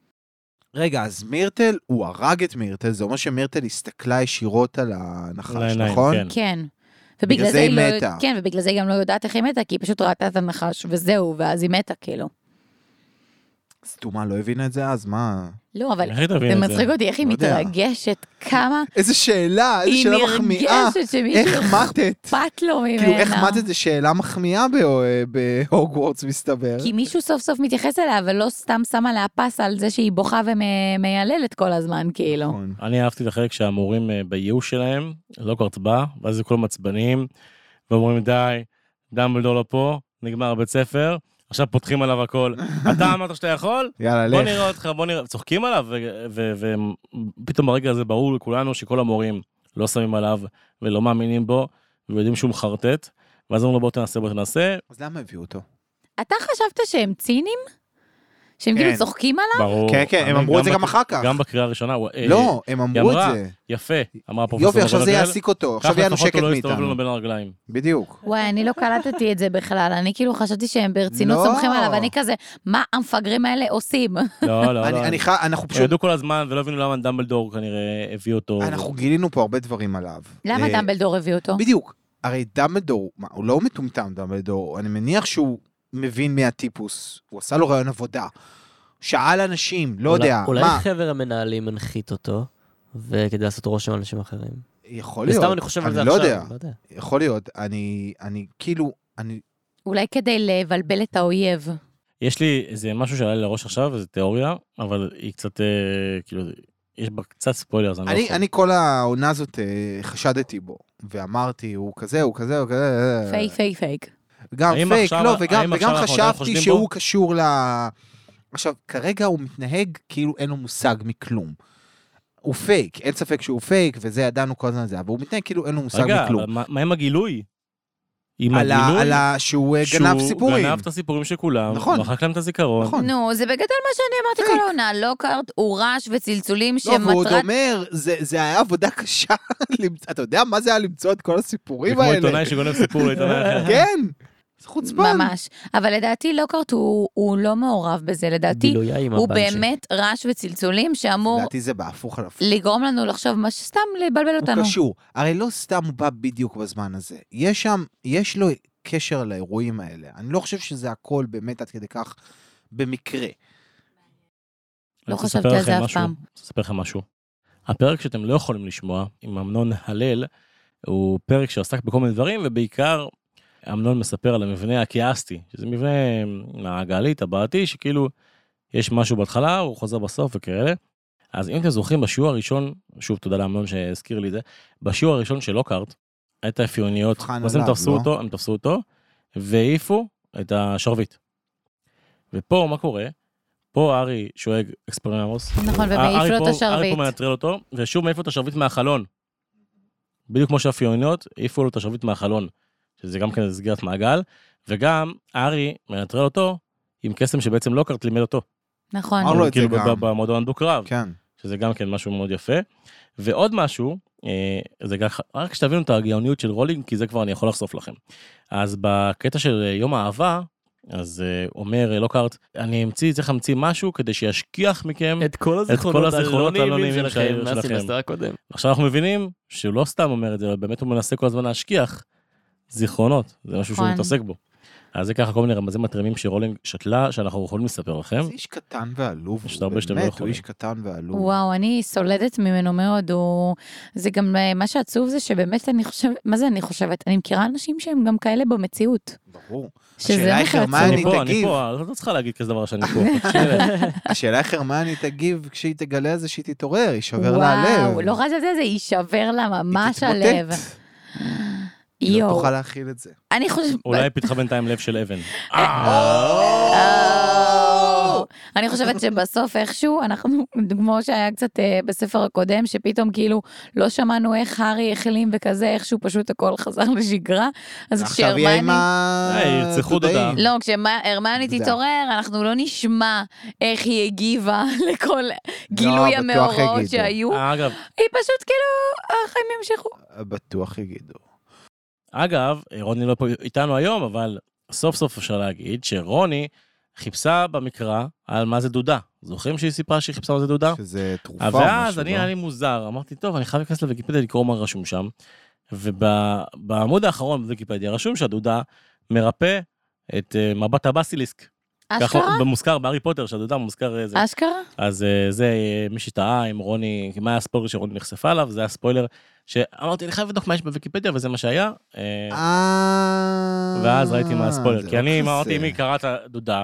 Speaker 4: רגע, אז מירטל, הוא הרג את מירטל, זה אומר שמירטל הסתכלה ישירות על הנחש,
Speaker 1: לעיניים,
Speaker 4: נכון?
Speaker 1: כן.
Speaker 2: כן.
Speaker 4: בגלל
Speaker 2: ובגלל
Speaker 4: זה
Speaker 2: זה היא
Speaker 4: היא
Speaker 2: לא...
Speaker 4: מתה.
Speaker 2: כן, ובגלל זה היא גם לא יודעת איך היא מתה, כי היא פשוט ראתה את הנחש, וזהו, ואז היא מתה, כאילו.
Speaker 4: סתומה לא הבינה את זה אז, מה?
Speaker 2: לא, אבל
Speaker 1: איך היא תבין
Speaker 2: זה
Speaker 1: את
Speaker 2: מצחיק אותי, איך היא
Speaker 4: לא יודע.
Speaker 2: מתרגשת, כמה
Speaker 4: איזה שאלה, איזה
Speaker 2: היא
Speaker 4: שאלה מחמיאה.
Speaker 2: נרגשת
Speaker 4: איך
Speaker 2: שמישהו
Speaker 4: מתת?
Speaker 2: אכפת לו ממנה.
Speaker 4: כאילו, איך מתת זה שאלה מחמיאה בהו- בהוגוורטס, מסתבר.
Speaker 2: כי מישהו סוף סוף מתייחס אליה, ולא סתם שם עליה פס על זה שהיא בוכה ומייללת כל הזמן, כאילו.
Speaker 4: נכון.
Speaker 1: אני אהבתי את החלק שהמורים אה, בייאוש שלהם, לא קרצבה, ואז זה כולם עצבניים, ואומרים די, דמבלדור לא פה, נגמר בית ספר, עכשיו פותחים עליו הכל. אתה אמרת שאתה יכול?
Speaker 4: יאללה,
Speaker 1: בוא
Speaker 4: לך.
Speaker 1: נראה אותך, בוא נראה, צוחקים עליו, ופתאום ברגע הזה ברור לכולנו שכל המורים לא שמים עליו ולא מאמינים בו, ויודעים שהוא מחרטט, ואז אומרים לו בוא תנסה, בוא תנסה,
Speaker 4: אז למה הביאו אותו?
Speaker 2: אתה חשבת שהם ציניים? שהם כאילו
Speaker 4: כן.
Speaker 2: צוחקים עליו?
Speaker 1: ברור.
Speaker 4: כן, כן, הם
Speaker 1: אני-
Speaker 4: אמרו את זה גם
Speaker 1: בק-
Speaker 4: אחר כך.
Speaker 1: גם בקריאה הראשונה. הוא- אה,
Speaker 4: לא, הם אמרו את
Speaker 1: אמרה,
Speaker 4: זה.
Speaker 1: יפה, אמרה פרופסור
Speaker 4: יופי, עכשיו זה
Speaker 1: רבנגל.
Speaker 4: יעסיק אותו, עכשיו
Speaker 1: ככה
Speaker 4: יהיה לנו
Speaker 1: לפחות
Speaker 4: שקט
Speaker 1: הוא לא יסתובב לנו
Speaker 4: מאיתנו.
Speaker 1: בין הרגליים.
Speaker 4: בדיוק.
Speaker 2: וואי, אני לא קלטתי את זה בכלל, אני כאילו חשבתי שהם ברצינות
Speaker 4: לא.
Speaker 2: סומכים עליו, אני כזה, מה המפגרים האלה עושים?
Speaker 1: לא, לא, לא.
Speaker 4: אני- אני חי- אנחנו
Speaker 1: הם
Speaker 4: פשוט,
Speaker 1: ידעו כל הזמן ולא הבינו למה דמבלדור כנראה הביא אותו.
Speaker 4: אנחנו גילינו פה הרבה דברים עליו.
Speaker 2: למה
Speaker 4: אה,
Speaker 2: דמבלדור הביא אותו?
Speaker 4: בדיוק. הרי דמבלדור, מה, הוא לא מטומטם דמבלדור, אני מניח שהוא מבין מי הטיפוס, הוא עשה לו רעיון עבודה. שאל אנשים, לא
Speaker 3: אולי-
Speaker 4: יודע,
Speaker 3: אולי
Speaker 4: מה,
Speaker 3: חבר המנהלים הנחית אותו, וכדי לעשות רושם על אנשים אחרים.
Speaker 4: יכול להיות,
Speaker 3: וסתם אני חושב על זה
Speaker 4: לא
Speaker 3: עכשיו.
Speaker 4: יודע,
Speaker 3: לא יודע.
Speaker 4: יכול להיות, אני, אני כאילו, אני,
Speaker 2: אולי כדי לבלבל את האויב.
Speaker 1: יש לי איזה משהו שעלה לי לראש עכשיו, איזו תיאוריה, אבל היא קצת, אה, כאילו, יש בה קצת ספוילר, אז אני לא
Speaker 4: אני,
Speaker 1: יכול.
Speaker 4: אני כל העונה הזאת אה, חשדתי בו, ואמרתי, הוא כזה, הוא כזה, הוא כזה, אה,
Speaker 2: פייק, פייק, פייק.
Speaker 4: גם
Speaker 1: האם
Speaker 4: פייק,
Speaker 1: עכשיו-
Speaker 4: לא, וגם,
Speaker 1: האם
Speaker 4: וגם
Speaker 1: עכשיו אנחנו עדיין
Speaker 4: חשבתי
Speaker 1: חושדים
Speaker 4: שהוא
Speaker 1: בו?
Speaker 4: קשור ל... עכשיו, כרגע הוא מתנהג כאילו אין לו מושג מכלום. הוא פייק, אין ספק שהוא פייק, וזה ידענו כל הזמן זה, אבל הוא מתנהג כאילו אין לו מושג
Speaker 1: רגע,
Speaker 4: מכלום.
Speaker 1: אבל מה- מה עם הגילוי? עם
Speaker 4: על, ה,
Speaker 1: הגילוי?
Speaker 4: על ה, שהוא אה, גנב סיפורים.
Speaker 1: גנב את הסיפורים של כולם,
Speaker 4: נכון.
Speaker 1: מחק להם את הזיכרון.
Speaker 4: נכון.
Speaker 2: נו, זה בגדול מה שאני אמרתי
Speaker 4: פייק.
Speaker 2: כל העונה, לוקארד הוא רעש וצלצולים
Speaker 4: לא, והוא עוד
Speaker 2: שמטרת...
Speaker 4: אומר, זה, זה היה עבודה קשה, למצוא, אתה יודע מה זה היה למצוא את כל
Speaker 1: זה
Speaker 4: הסיפורים
Speaker 1: כמו
Speaker 4: האלה?
Speaker 1: עיתונאי שגונב סיפור לעיתונאי אחר.
Speaker 4: כן, זה חוצפן.
Speaker 2: ממש. אבל לדעתי לוקארד הוא הוא לא מעורב בזה, לדעתי
Speaker 3: גילויה עם
Speaker 2: הוא
Speaker 3: הבנצ'י.
Speaker 2: באמת רעש וצלצולים שאמור
Speaker 4: לדעתי זה בהפוך על הפוך.
Speaker 2: לגרום לנו לחשוב מה שסתם לבלבל אותנו.
Speaker 4: הוא קשור. הרי לא סתם הוא בא בדיוק בזמן הזה. יש שם, יש לו קשר לאירועים האלה. אני לא חושב שזה הכל באמת עד כדי כך במקרה.
Speaker 2: לא
Speaker 1: אני רוצה
Speaker 2: חשבתי
Speaker 1: לספר
Speaker 2: על זה
Speaker 1: לכם
Speaker 2: אף
Speaker 1: משהו.
Speaker 2: פעם.
Speaker 1: אני רוצה לספר לכם משהו. הפרק שאתם לא יכולים לשמוע, עם אמנון הלל, הוא פרק שעסק בכל מיני דברים, ובעיקר אמנון מספר על המבנה הקיאסטי, שזה מבנה מעגלי, טבעתי, שכאילו יש משהו בהתחלה, הוא חוזר בסוף וכאלה. אז אם אתם זוכרים, בשיעור הראשון, שוב תודה לאמנון שהזכיר לי את זה, בשיעור הראשון של לוקארט, את האפיוניות,
Speaker 4: מבחן
Speaker 1: אז הם
Speaker 4: עליו,
Speaker 1: תפסו
Speaker 4: לא?
Speaker 1: אותו, הם תפסו אותו, והעיפו את השרביט. ופה, מה קורה? פה ארי שואג אקספרימוס. אה,
Speaker 2: נכון, ומעיף לו
Speaker 1: ארי
Speaker 2: את
Speaker 1: פה- ארי
Speaker 2: השרביט.
Speaker 1: פה מנטרל אותו, ושוב מעיף לו את השרביט מהחלון. בדיוק כמו שהפיוניות, העיפו לו את השרביט מהחלון. שזה גם כן סגירת מעגל, וגם ארי מנטרל אותו עם קסם שבעצם לוקארט לימד אותו.
Speaker 2: נכון.
Speaker 4: אמר לו את זה
Speaker 1: כאילו,
Speaker 4: גם.
Speaker 1: ב- במועדון דו-קרב.
Speaker 4: כן.
Speaker 1: שזה גם כן משהו מאוד יפה. ועוד משהו, אה, זה גם, רק שתבינו את הגאוניות של רולינג, כי זה כבר אני יכול לחשוף לכם. אז בקטע של אה, יום האהבה, אז אה, אומר אה, לוקהרט, אני אמציא, צריך להמציא משהו כדי שישכיח מכם.
Speaker 3: את כל
Speaker 1: הזיכרונות
Speaker 3: הזיכרונות
Speaker 1: הלא
Speaker 3: הלא נעימים
Speaker 1: נעימים
Speaker 3: שלכם,
Speaker 1: שלכם.
Speaker 3: מהסמסטר הקודם.
Speaker 1: עכשיו אנחנו מבינים שהוא לא סתם אומר את זה, אלא באמת הוא מנסה כל הזמן להשכיח זיכרונות, זה משהו שהוא
Speaker 2: נכון.
Speaker 1: מתעסק בו. אז זה ככה כל מיני רמזים מתרימים שרולינג שתלה, שאנחנו יכולים לספר לכם.
Speaker 4: זה איש קטן ועלוב.
Speaker 1: יש
Speaker 4: הוא
Speaker 1: הרבה שאתם לא
Speaker 4: באמת, הוא
Speaker 1: יכולים.
Speaker 4: איש קטן ועלוב.
Speaker 2: וואו, אני סולדת ממנו מאוד, הוא... זה גם, אה, מה שעצוב זה שבאמת אני חושבת, מה זה אני חושבת? אני מכירה אנשים שהם גם כאלה במציאות.
Speaker 4: ברור.
Speaker 2: שזה
Speaker 4: השאלה
Speaker 2: מה
Speaker 4: איך
Speaker 2: שעצוב.
Speaker 4: הרמיוני-
Speaker 1: אני פה, אני
Speaker 4: תגיב.
Speaker 1: פה, את לא צריכה להגיד כזה דבר שאני פה. תקשיבי להם.
Speaker 4: השאלה איך הרמני תגיב כשהיא תגלה את זה שהיא
Speaker 2: לא
Speaker 4: תתעורר, היא שבר לה הלב.
Speaker 2: וואו, לא חשבתי על זה, זה יישבר לה
Speaker 4: היא
Speaker 2: ממש
Speaker 4: תתמוטט.
Speaker 2: הלב.
Speaker 4: היא לא
Speaker 2: יואו.
Speaker 4: תוכל להכיל את זה.
Speaker 2: אני חושבת...
Speaker 1: אולי היא פיתחה בינתיים לב של אבן.
Speaker 2: אה, אני חושבת שבסוף איכשהו אנחנו, כמו שהיה קצת אה, בספר הקודם, שפתאום כאילו לא שמענו איך הארי החלים וכזה, איכשהו פשוט הכל חזר לשגרה. אז
Speaker 4: עכשיו יהיה עם
Speaker 2: כשהרמני...
Speaker 4: ה...
Speaker 1: היי, ירצחו דודה.
Speaker 4: דודאים.
Speaker 2: לא, כשהרמני
Speaker 4: תודה.
Speaker 2: תתעורר, אנחנו לא נשמע איך היא הגיבה לכל גילוי
Speaker 4: לא, בטוח אה.
Speaker 2: המאורעות
Speaker 4: יגידו.
Speaker 2: שהיו.
Speaker 1: אה, אגב,
Speaker 2: היא פשוט כאילו, החיים ימשיכו.
Speaker 4: בטוח יגידו.
Speaker 1: אגב, רוני לא פה איתנו היום, אבל סוף סוף אפשר להגיד שרוני חיפשה במקרא על מה זה דודה. זוכרים שהיא סיפרה שהיא חיפשה מה זה דודה?
Speaker 4: שזה תרופה או משהו.
Speaker 1: לא. אה, ואז אני,
Speaker 4: לא?
Speaker 1: היה לי מוזר, אמרתי, טוב, אני חייב להיכנס לוויקיפדיה לקרוא מה רשום שם. ובעמוד האחרון בוויקיפדיה רשום שהדודה מרפא את אה, מבט הבסיליסק.
Speaker 2: אשכרה?
Speaker 1: ככה, מוזכר בהארי פוטר, שהדודה מוזכר איזה.
Speaker 2: אשכרה?
Speaker 1: אז אה, זה אה, מי שטעה עם רוני, מה היה הספוילר שרוני נחשפה אליו, זה היה ספוילר שאמרתי, אני חייב לבדוק מה יש בוויקיפדיה, וזה מה שהיה. אה,
Speaker 4: אה...
Speaker 1: ואז ראיתי מה הספוילר,
Speaker 4: זה
Speaker 1: כי
Speaker 4: לא
Speaker 1: אני
Speaker 4: כזה.
Speaker 1: אמרתי, אם היא קראה את הדודה,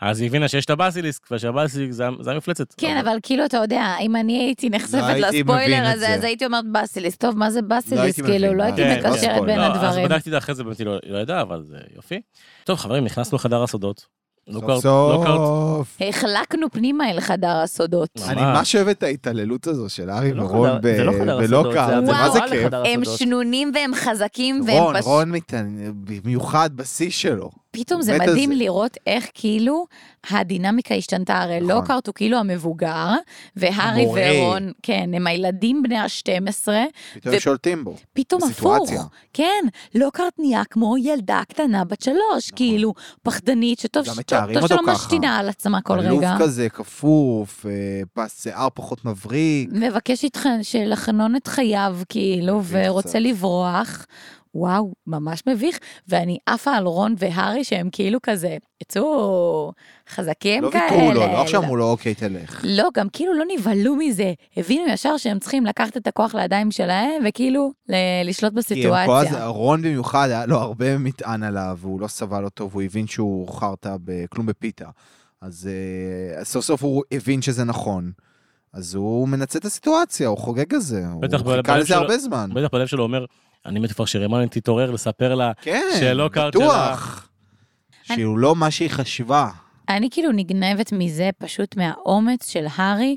Speaker 1: אז היא הבינה שיש את הבסיליסק, ושהבסיליסק זה זה המפלצת.
Speaker 2: כן, אבל כאילו, אתה יודע, אם אני הייתי נחשפת
Speaker 4: נכון. לא הייתי מבין
Speaker 2: לספוילר
Speaker 4: את
Speaker 2: הזה,
Speaker 4: זה.
Speaker 2: אז הייתי אומרת בסיליס. טוב, מה זה בסיליס?
Speaker 4: מבין,
Speaker 2: כאילו,
Speaker 4: נכון,
Speaker 2: לא
Speaker 4: מה
Speaker 2: הייתי
Speaker 1: זה? כן, לא
Speaker 2: מקשרת
Speaker 4: ספוילר.
Speaker 2: בין
Speaker 1: לא, אז
Speaker 2: הדברים.
Speaker 1: בדקתי את זה אחרי זה, באמת היא לא לא ידעה, אבל זה יופי. טוב, חברים, נכנסנו לחדר הסודות. לא
Speaker 4: סוף
Speaker 1: קראת- לא קראת-
Speaker 4: סוף.
Speaker 2: החלקנו פנימה אל חדר הסודות.
Speaker 1: ממש.
Speaker 4: אני ממש אוהב את ההתעללות הזו של הארי
Speaker 3: זה לא
Speaker 4: ורון
Speaker 3: חדר- זה לא
Speaker 4: כן, ב-
Speaker 3: חדר הסודות,
Speaker 4: בלוקארט, זה מה זה
Speaker 1: לא
Speaker 2: וואו.
Speaker 4: כיף.
Speaker 3: לחדר
Speaker 2: הם
Speaker 3: הסודות.
Speaker 2: שנונים והם חזקים,
Speaker 4: רון,
Speaker 2: והם פשוט...
Speaker 4: רון מתעניין, במיוחד בשיא שלו.
Speaker 2: פתאום זה
Speaker 4: מת על
Speaker 2: מדהים
Speaker 4: זה.
Speaker 2: לראות איך כאילו הדינמיקה השתנתה, הרי
Speaker 4: נכון.
Speaker 2: לוקהרט הוא כאילו המבוגר, והארי
Speaker 4: המורה.
Speaker 2: ורון, כן, הם הילדים בני ה-12,
Speaker 4: פתאום
Speaker 2: ו-
Speaker 4: שולטים בו.
Speaker 2: פתאום הפוך.
Speaker 4: בסיטואציה.
Speaker 2: כן, לוקהרט נהיה כמו ילדה קטנה בת שלוש, כאילו, פחדנית, שטוב
Speaker 4: נכון. גם
Speaker 2: ש-
Speaker 4: מתארים
Speaker 2: טוב
Speaker 4: אותו
Speaker 2: שלא
Speaker 4: לא ככה.
Speaker 2: משתינה על עצמה כל
Speaker 4: עלוב
Speaker 2: רגע.
Speaker 4: כזה, כפוף, אה, פס שיער פחות מבריק.
Speaker 2: מבקש איתך שלחנון את חייו, כאילו,
Speaker 4: מביך
Speaker 2: ורוצה
Speaker 4: קצת.
Speaker 2: לברוח. וואו, ממש מביך. ואני עפה על רון והארי שהם כאילו כזה, יצאו חזקים
Speaker 4: לא
Speaker 2: כאלה.
Speaker 4: ויתרו לו, לא עכשיו אמרו לו, אוקיי, תלך.
Speaker 2: לא, גם כאילו לא נבהלו מזה. הבינו ישר שהם צריכים לקחת את הכוח לידיים שלהם, וכאילו ל- לשלוט
Speaker 4: כי הם כל הזמן-
Speaker 2: בסיטואציה.
Speaker 4: רון במיוחד, היה לו הרבה מטען עליו, והוא לא סבל אותו, והוא הבין שהוא חרטא בכלום בפיתה. אז אה, סוף סוף הוא הבין שזה נכון. אז הוא מנצל את הסיטואציה, הוא חוגג על זה.
Speaker 1: בטח
Speaker 4: הוא חיכה
Speaker 1: בלב
Speaker 4: לזה
Speaker 1: שלו-
Speaker 4: הרבה זמן.
Speaker 1: בטח בלב שלו אומר, אני מת כבר שרימני תתעורר לספר לה
Speaker 4: כן,
Speaker 1: שלא קראת
Speaker 4: בטוח. שהוא לא מה שהיא חשבה.
Speaker 2: אני כאילו נגנבת מזה פשוט מהאומץ של הארי.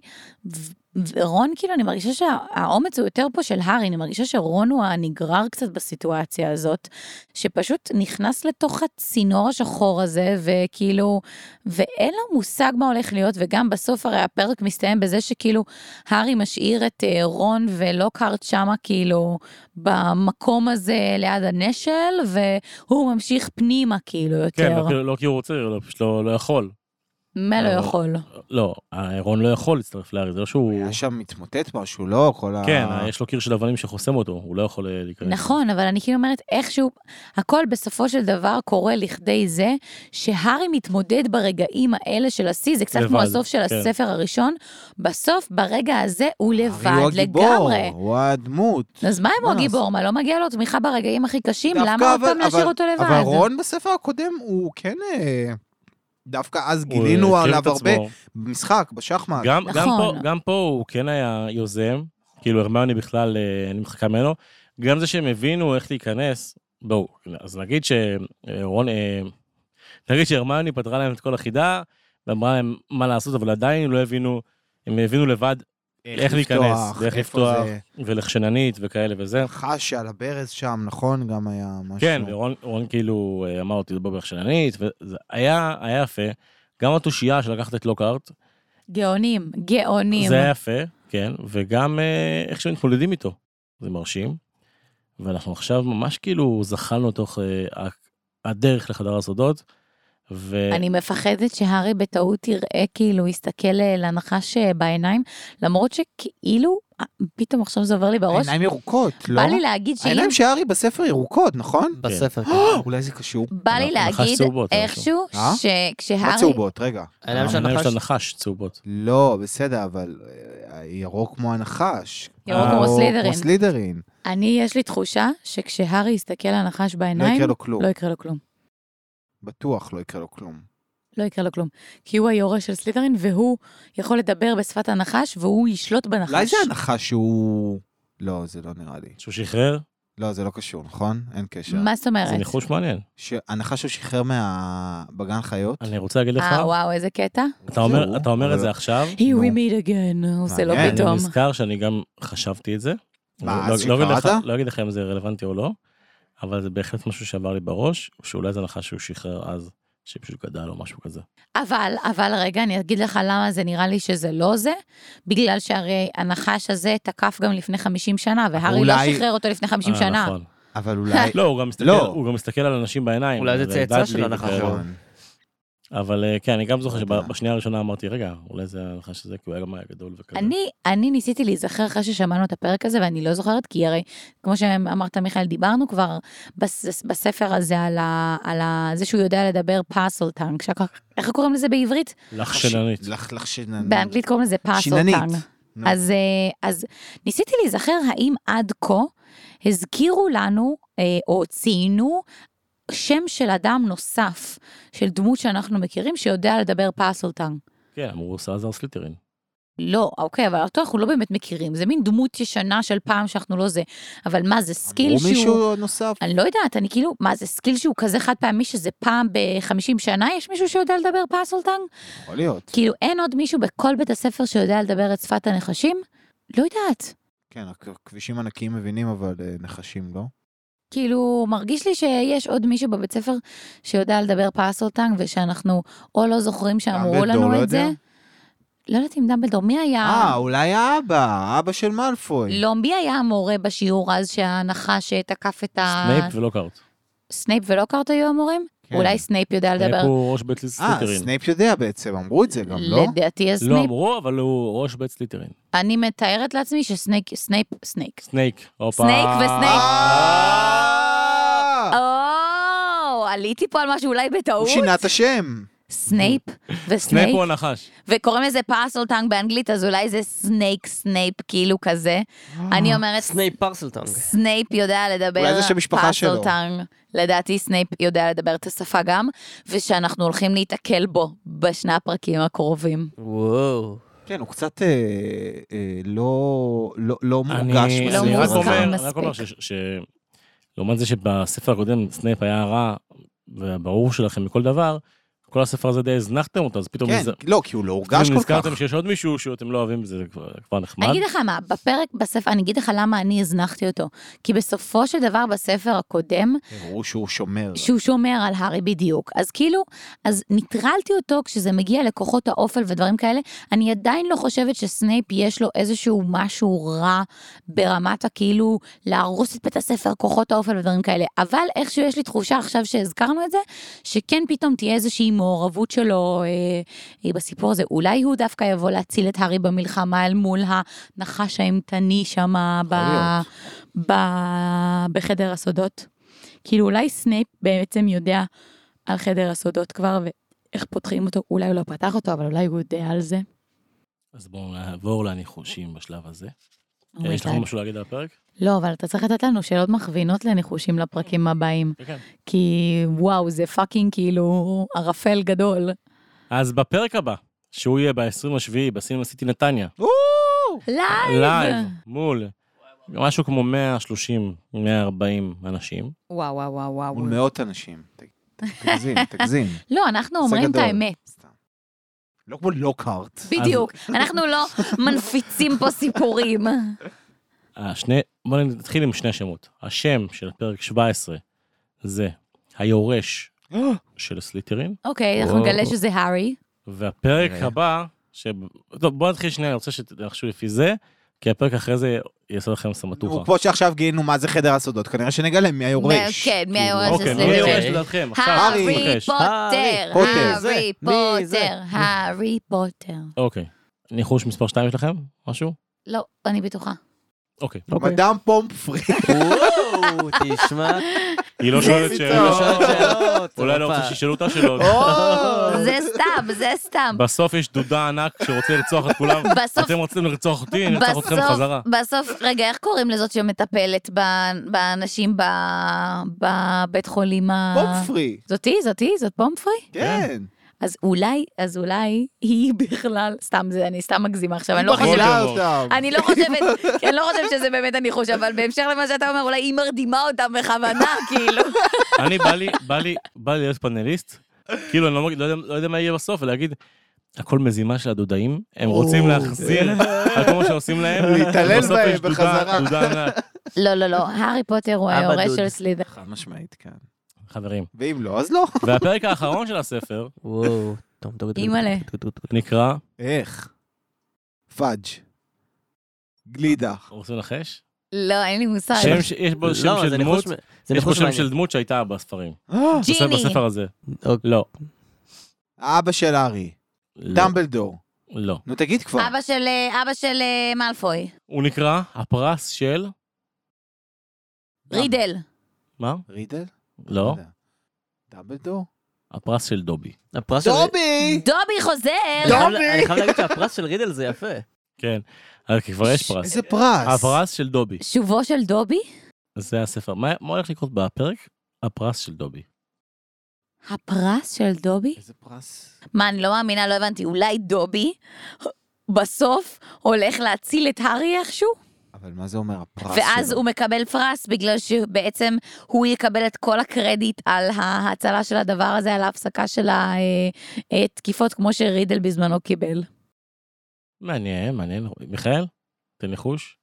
Speaker 2: ו- ורון, כאילו, אני מרגישה שהאומץ הוא יותר פה של הארי, אני מרגישה שרון הוא הנגרר קצת בסיטואציה הזאת, שפשוט נכנס לתוך הצינור השחור הזה, וכאילו, ואין לו מושג מה הולך להיות, וגם בסוף הרי הפרק מסתיים בזה שכאילו, הארי משאיר את אה, רון ולוקהרט שמה, כאילו, במקום הזה ליד הנשל, והוא ממשיך פנימה, כאילו, יותר.
Speaker 1: כן, לא, כאילו- לא כי הוא רוצה, לא, פשוט לא, לא יכול.
Speaker 2: מה לא
Speaker 1: אבל-
Speaker 2: יכול?
Speaker 1: לא, רון לא יכול להצטרף לארי, זה לא שהוא...
Speaker 4: היה שם מתמוטט משהו, לא? כל ה...
Speaker 1: כן, יש לו קיר של אבנים שחוסם אותו, הוא לא יכול אה,
Speaker 4: כן.
Speaker 1: להיכנס.
Speaker 2: נכון, אבל אני כאילו אומרת, איכשהו, הכל בסופו של דבר קורה לכדי זה שהארי מתמודד ברגעים האלה של השיא, זה קצת כמו
Speaker 1: לבד,
Speaker 2: הסוף של
Speaker 1: כן.
Speaker 2: הספר הראשון, בסוף, ברגע הזה, הוא
Speaker 4: הרי הוא
Speaker 2: לבד
Speaker 4: הגיבור,
Speaker 2: לגמרי.
Speaker 4: הוא הדמות.
Speaker 2: אז מה אם
Speaker 4: מה
Speaker 2: הוא
Speaker 4: לעשות?
Speaker 2: הגיבור? מה, לא מגיע לו תמיכה ברגעים הכי קשים?
Speaker 4: דווקא
Speaker 2: למה עוד
Speaker 4: אבל-
Speaker 2: פעם להשאיר
Speaker 4: אבל-
Speaker 2: אותו לבד?
Speaker 4: אבל רון בספר הקודם הוא כן... אה, דווקא אז
Speaker 1: הוא
Speaker 4: גילינו
Speaker 1: הקריב
Speaker 4: עליו
Speaker 1: את
Speaker 4: הרבה.
Speaker 1: עצמו.
Speaker 4: במשחק, בשחמט.
Speaker 1: גם,
Speaker 2: נכון.
Speaker 1: גם, פה, גם פה הוא כן היה יוזם, כאילו הרמיוני בכלל, אה, אני מחכה ממנו. גם זה שהם הבינו איך להיכנס, בואו, אז נגיד שרון, אה, נגיד שהרמיוני פתרה להם את כל החידה, ואמרה להם מה לעשות, אבל עדיין לא הבינו, הם הבינו לבד איך להיכנס,
Speaker 4: לפתוח,
Speaker 1: ואיך
Speaker 4: איפה
Speaker 1: לפתוח,
Speaker 4: זה.
Speaker 1: ולכשננית וכאלה וזה.
Speaker 4: חש על הברז שם, נכון? גם היה משהו.
Speaker 1: כן, ורון רון כאילו אה, אמר לו, תדבר בכשננית, וזה היה, היה יפה. גם התושייה שלקחת את לוקארט,
Speaker 2: גאונים, גאונים.
Speaker 1: זה היה יפה, כן, וגם אה, איך שהם מתמודדים איתו, זה מרשים. ואנחנו עכשיו ממש כאילו זחלנו תוך אה, ה- הדרך לחדר הסודות, ו...
Speaker 2: אני מפחדת שהארי בטעות יראה, כאילו, יסתכל אה, לנחש אה, בעיניים, למרות שכאילו, אה, פתאום עכשיו זה עובר לי בראש.
Speaker 4: העיניים ירוקות, לא?
Speaker 2: בא לי להגיד שאם
Speaker 4: העיניים של הארי בספר ירוקות, נכון?
Speaker 3: בספר. כן.
Speaker 2: אה,
Speaker 4: אולי זה קשור.
Speaker 2: בא לי
Speaker 1: נחש
Speaker 2: להגיד
Speaker 1: צהובות, אבל
Speaker 2: איכשהו
Speaker 4: אה? מה
Speaker 2: שכשהארי...
Speaker 4: צהובות? רגע.
Speaker 2: אה,
Speaker 3: העיניים של
Speaker 1: העיניים
Speaker 3: הנחש.
Speaker 1: של הנחש צהובות.
Speaker 4: לא, בסדר, אבל אה, ירוק כמו הנחש.
Speaker 2: ירוק
Speaker 1: כמו
Speaker 2: סלידרין.
Speaker 4: כמו סלידרין. לא
Speaker 2: אני, יש לי תחושה שכשהארי יסתכל על הנחש
Speaker 4: לא
Speaker 2: בעיניים,
Speaker 4: יקרה לו כלום.
Speaker 2: לא יקרה לו כלום.
Speaker 4: בטוח לא יקרה לו כלום.
Speaker 2: לא יקרה לו כלום. כי הוא היורש של סלידרין, והוא יכול לדבר בשפת הנחש, והוא ישלוט בנחש.
Speaker 4: אולי זה הנחש שהוא... לא, זה לא נראה לי.
Speaker 1: שהוא שחרר?
Speaker 4: לא, זה לא קשור, נכון? אין קשר.
Speaker 2: מה זאת אומרת?
Speaker 1: זה ניחוש מעניין.
Speaker 4: שהנחש הוא שחרר מה- בגן חיות.
Speaker 1: אני רוצה להגיד לך,
Speaker 2: אה, וואו, איזה קטע.
Speaker 1: אתה אומר-
Speaker 4: זהו, אה.
Speaker 1: אתה אומר את
Speaker 4: אבל-
Speaker 1: זה עכשיו,
Speaker 2: Here
Speaker 4: נו.
Speaker 2: we meet again, הוא עושה לו
Speaker 4: מעניין,
Speaker 1: אני
Speaker 2: פתאום.
Speaker 1: נזכר שאני גם חשבתי את זה.
Speaker 4: מה,
Speaker 1: לא-
Speaker 4: אז
Speaker 1: לא אגיד לך-
Speaker 4: שקראת?
Speaker 1: לא אגיד לך אם זה רלוונטי או לא, אבל זה בהחלט משהו שעבר לי בראש, שאולי זה הנחה שהוא שחרר אז, שפשוט גדל או משהו כזה.
Speaker 2: אבל, אבל רגע, אני אגיד לך למה זה נראה לי שזה לא זה, בגלל שהרי הנחש הזה תקף גם לפני 50 שנה, והארי
Speaker 4: אולי-
Speaker 2: לא שחרר אותו לפני 50
Speaker 1: אה,
Speaker 2: שנה.
Speaker 1: נכון.
Speaker 4: אבל אולי...
Speaker 1: לא, הוא גם מסתכל-
Speaker 4: לא.
Speaker 1: הוא גם מסתכל על אנשים בעיניים.
Speaker 3: אולי זה צאצא
Speaker 1: דאדלי
Speaker 3: של
Speaker 2: לא
Speaker 3: הנחש
Speaker 1: וכאלה.
Speaker 3: שלו.
Speaker 4: נכון.
Speaker 1: אבל אה, כן, אני גם זוכר
Speaker 4: אתה יודע.
Speaker 1: שבשנייה הראשונה אמרתי, רגע, אולי זה הנחש הזה, כי הוא היה גם היה גדול וכזה.
Speaker 2: אני, אני ניסיתי להיזכר אחרי ששמענו את הפרק הזה, ואני לא זוכרת, כי הרי, כמו שאמרת, מיכאל, דיברנו כבר בס, בספר הזה על, ה, על ה, זה שהוא יודע לדבר פאסל טאנג, איך קוראים לזה בעברית?
Speaker 1: לחשננית.
Speaker 4: לח- לחשננית.
Speaker 2: באנגלית קוראים לזה פאסל
Speaker 4: אה, לא. שיננית.
Speaker 2: טאנג.
Speaker 4: נו.
Speaker 2: אז, אה, אז ניסיתי להיזכר האם עד כה הזכירו לנו, אה, או ציינו, שם של אדם נוסף, של דמות שאנחנו מכירים, שיודע לדבר פאסל טאנג.
Speaker 1: כן, אמרו סעזר סליטרין.
Speaker 2: לא, אוקיי, אבל אותו אנחנו לא באמת מכירים, זה מין דמות ישנה של פעם שאנחנו לא זה. אבל מה, זה סקיל
Speaker 4: הוא
Speaker 2: שהוא...
Speaker 4: מישהו נוסף?
Speaker 2: אני לא יודעת, אני כאילו, מה, זה סקיל שהוא כזה חד פעמי שזה פעם ב-50 שנה יש מישהו שיודע לדבר פאסלטנג?
Speaker 4: יכול להיות.
Speaker 2: כאילו, אין עוד מישהו בכל בית הספר שיודע לדבר את שפת הנחשים? לא יודעת.
Speaker 4: כן, הכ- הכבישים ענקיים מבינים, אבל אה, נחשים לא.
Speaker 2: כאילו, מרגיש לי שיש עוד מישהו בבית ספר שיודע לדבר פאסלטנג, ושאנחנו או לא זוכרים שאמרו
Speaker 4: דמבלדור
Speaker 2: לנו
Speaker 4: לא
Speaker 2: את זה.
Speaker 4: יודע?
Speaker 2: לא יודעת אם דמבלדור, מי היה?
Speaker 4: אה, אולי האבא, האבא של מאלפוי.
Speaker 2: לא, מי היה המורה בשיעור אז שהנחש תקף את ה...
Speaker 1: סנייפ ולוקארט.
Speaker 2: סנייפ ולוקארט היו אמורים?
Speaker 4: כן.
Speaker 2: אולי סנייפ יודע
Speaker 1: סנייפ
Speaker 2: לדבר.
Speaker 1: הוא ראש בית
Speaker 4: אה,
Speaker 1: סליטרין.
Speaker 4: סנייפ יודע בעצם, אמרו את זה גם, לא?
Speaker 2: לדעתי
Speaker 1: לא
Speaker 2: הסנייפ.
Speaker 1: אמרו, אבל הוא ראש בית סליטרין.
Speaker 2: אני מתארת לעצמי שסנייפ, סנייפ, סנייק.
Speaker 1: סנייק. הופה.
Speaker 2: סנייק וסנייק.
Speaker 4: אה,
Speaker 2: או, עליתי פה על משהו אולי
Speaker 4: הוא
Speaker 2: בטעות.
Speaker 4: שינה את השם.
Speaker 2: סנייפ
Speaker 1: סנייק
Speaker 2: וסנייק,
Speaker 1: הוא הנחש.
Speaker 2: וקוראים לזה פאסלטנג באנגלית, אז אולי זה סנייק, סנייפ, כאילו כזה.
Speaker 1: אה.
Speaker 2: אני אומרת,
Speaker 3: סנייפ פרסלטונג.
Speaker 2: סנייפ יודע לדבר
Speaker 4: אוקיי. אולי זה שם משפחה שלו.
Speaker 2: פאסלטנג. לדעתי סנייפ יודע לדבר את השפה גם, ושאנחנו הולכים להיתקל בו בשני הפרקים הקרובים.
Speaker 3: וואו.
Speaker 4: כן, הוא קצת אה, אה, לא לא- לא מורגש
Speaker 1: אני
Speaker 2: לא
Speaker 1: אני רק
Speaker 2: מוזכר
Speaker 1: אומר- אני
Speaker 2: מספיק.
Speaker 1: רק אומר ש- ש- לעומת זה שבספר הקודם סנייפ היה רע, והברור שלכם מכל דבר, כל הספר הזה די הזנחתם אותו, אז פתאום
Speaker 4: כן,
Speaker 1: נז-
Speaker 4: לא, כי הוא לא הורגש
Speaker 1: פתאום
Speaker 4: כל כך.
Speaker 1: נזכרתם שיש עוד מישהו שאתם לא אוהבים, זה כבר- כבר נחמד.
Speaker 2: אני אגיד לך מה, בפרק, בספר, אני אגיד לך למה אני הזנחתי אותו. כי בסופו של דבר בספר הקודם,
Speaker 4: הראו שהוא שומר.
Speaker 2: שהוא שומר על הארי בדיוק. אז כאילו, אז נטרלתי אותו כשזה מגיע לכוחות האופל ודברים כאלה. אני עדיין לא חושבת שסנייפ יש לו איזשהו משהו רע ברמת הכאילו להרוס את בית הספר, כוחות האופל ודברים כאלה. אבל איכשהו יש לי תחושה עכשיו שהזכרנו את זה, שכן פתאום תהיה איזושהי מעורבות שלו אה, אה, בסיפור הזה. אולי הוא דווקא יבוא להציל את הארי במלחמה אל מול הנחש האימתני שם ב...
Speaker 4: להיות.
Speaker 2: ב... בחדר הסודות. כאילו אולי סנייפ בעצם יודע על חדר הסודות כבר, ואיך פותחים אותו, אולי הוא לא פתח אותו, אבל אולי הוא יודע על זה.
Speaker 1: אז בואו נעבור לניחושים בשלב הזה. אה,
Speaker 2: Oh my
Speaker 1: יש לכם
Speaker 2: God.
Speaker 1: משהו להגיד על הפרק?
Speaker 2: לא, אבל אתה צריך לתת לנו שאלות מכווינות לניחושים לפרקים הבאים,
Speaker 1: כן, כן.
Speaker 2: כי וואו, זה פאקינג כאילו ערפל גדול.
Speaker 1: אז בפרק הבא, שהוא יהיה ב-27 בסינמה סיטי נתניה,
Speaker 2: לייב!
Speaker 1: לייב, מול משהו כמו 130, 140 אנשים.
Speaker 2: וואו, וואו, וואו, וואו.
Speaker 4: מול מאות אנשים. ת- תגזים, תגזים.
Speaker 2: לא, אנחנו אומרים את
Speaker 4: גדול.
Speaker 2: האמת.
Speaker 4: סתם. לא כמו לוקהארט.
Speaker 2: בדיוק. אנחנו לא מנפיצים פה סיפורים.
Speaker 1: השני, בואו נתחיל עם שני שמות. השם של פרק 17 זה היורש
Speaker 4: אה,
Speaker 1: של סליטרין,
Speaker 2: אוקיי, אנחנו נגלה
Speaker 3: וואו.
Speaker 2: שזה הארי.
Speaker 1: והפרק
Speaker 4: נראה.
Speaker 1: הבא, ש... טוב, בואו נתחיל שנייה, אני רוצה שתנחשו לפי זה, כי הפרק אחרי זה יעשה לכם סמטוחה.
Speaker 4: כמו שעכשיו גילינו מה זה חדר הסודות, כנראה שנגלה מי היורש.
Speaker 2: כן, מי
Speaker 4: כאילו,
Speaker 2: היורש
Speaker 1: אוקיי,
Speaker 2: של
Speaker 1: מי
Speaker 2: סליטרין.
Speaker 1: היורש לדעתכם? עכשיו,
Speaker 2: הארי
Speaker 1: נחש.
Speaker 2: פוטר,
Speaker 4: פוטר,
Speaker 2: הארי
Speaker 3: זה, מי זה?
Speaker 2: פוטר, הארי פוטר.
Speaker 1: אוקיי. ניחוש מספר 2 שלכם? משהו?
Speaker 2: לא, אני בטוחה.
Speaker 1: אוקיי.
Speaker 4: מדאם פומפרי.
Speaker 3: וואו, תשמע.
Speaker 1: היא לא שואלת שאלות. אולי לא רוצה שישאלו אותה שאלות.
Speaker 4: אה.
Speaker 2: זה סתם, זה סתם.
Speaker 1: בסוף יש דודה ענק שרוצה לרצוח את כולם.
Speaker 2: בסוף-
Speaker 1: אתם רוצים לרצוח אותי, אני ארצח אתכם
Speaker 2: בסוף-
Speaker 1: חזרה.
Speaker 2: בסוף, רגע, איך קוראים לזאת שמטפלת ב- באנשים ב- בבית חולים ה...
Speaker 4: פומפרי.
Speaker 2: זאתי, זאתי, זאת פומפרי?
Speaker 4: כן.
Speaker 2: אז אולי, אז אולי היא בכלל, סתם, זה, אני סתם מגזימה עכשיו, אני לא
Speaker 3: נכון.
Speaker 1: בחרה.
Speaker 2: חושבת...
Speaker 1: חושב-
Speaker 4: אותם.
Speaker 2: אני לא חושבת, אני לא חושבת שזה באמת הניחוש, אבל בהמשך למה שאתה אומר, אולי היא מרדימה אותם בכוונה, כאילו.
Speaker 1: אני בא לי, בא לי, בא לי להיות פאנליסט, כאילו, אני לא מרגיש- לא יודע- לא יודע מה יהיה בסוף, ולהגיד, הכל מזימה של הדודאים, הם רוצים
Speaker 4: או. אה.
Speaker 1: להחזיר על כל מה שעושים להם,
Speaker 4: להתעלל
Speaker 1: ובסוף
Speaker 4: בהם
Speaker 1: יש דודה-
Speaker 4: בחזרה.
Speaker 1: דודה ענק.
Speaker 2: לא, לא, לא, הארי פוטר הוא
Speaker 3: אבא
Speaker 2: היורש
Speaker 3: דוד.
Speaker 2: של סלידר.
Speaker 4: חד משמעית, כן.
Speaker 1: חברים,
Speaker 4: ואם לא, אז לא.
Speaker 1: והפרק האחרון של הספר
Speaker 3: וואו. טום, טום, טום,
Speaker 2: אימא'לה.
Speaker 3: טום, טום, טום.
Speaker 1: נקרא,
Speaker 4: איך? פאג'. גלידה.
Speaker 1: רוצים לנחש?
Speaker 2: לא, אין לי מושג.
Speaker 1: שם ש- יש בו שם
Speaker 3: לא,
Speaker 1: של
Speaker 3: זה
Speaker 1: דמות,
Speaker 3: ניחוש מ- זה
Speaker 1: יש בו
Speaker 3: ניחוש
Speaker 1: שם
Speaker 3: מעניין.
Speaker 1: של דמות שהייתה בספרים.
Speaker 4: אה,
Speaker 1: בספר-
Speaker 2: ג'יני.
Speaker 1: בספר הזה.
Speaker 3: אוקיי.
Speaker 1: לא.
Speaker 4: אבא של ארי.
Speaker 1: לא,
Speaker 4: דמבלדור.
Speaker 1: לא.
Speaker 4: נו, תגיד כבר.
Speaker 2: אבא של אה, אבא של אה, מאלפוי.
Speaker 1: הוא נקרא הפרס של,
Speaker 2: רידל.
Speaker 1: מה?
Speaker 4: רידל?
Speaker 1: לא.
Speaker 4: יודע. דמבלדור?
Speaker 1: הפרס של דובי.
Speaker 3: הפרס של...
Speaker 4: דובי!
Speaker 2: דובי חוזר!
Speaker 3: אני חייב לה-
Speaker 4: דובי!
Speaker 3: אני חייב להגיד שהפרס של רידל זה יפה.
Speaker 1: כן. אבל כי כבר יש פרס.
Speaker 4: איזה פרס.
Speaker 1: הפרס של דובי.
Speaker 2: שובו של דובי?
Speaker 1: זה הספר. מה מה הולך לקרות בפרק? הפרס של דובי.
Speaker 2: הפרס של דובי?
Speaker 4: איזה פרס.
Speaker 2: מה, אני לא מאמינה, לא הבנתי. אולי דובי בסוף הולך להציל את הארי איכשהו?
Speaker 4: אבל מה זה אומר הפרס שלו?
Speaker 2: ואז הוא מקבל פרס, בגלל שבעצם הוא יקבל את כל הקרדיט על ההצלה של הדבר הזה, על ההפסקה של התקיפות, כמו שרידל בזמנו קיבל.
Speaker 1: מעניין, מעניין. מיכאל, תן ניחוש.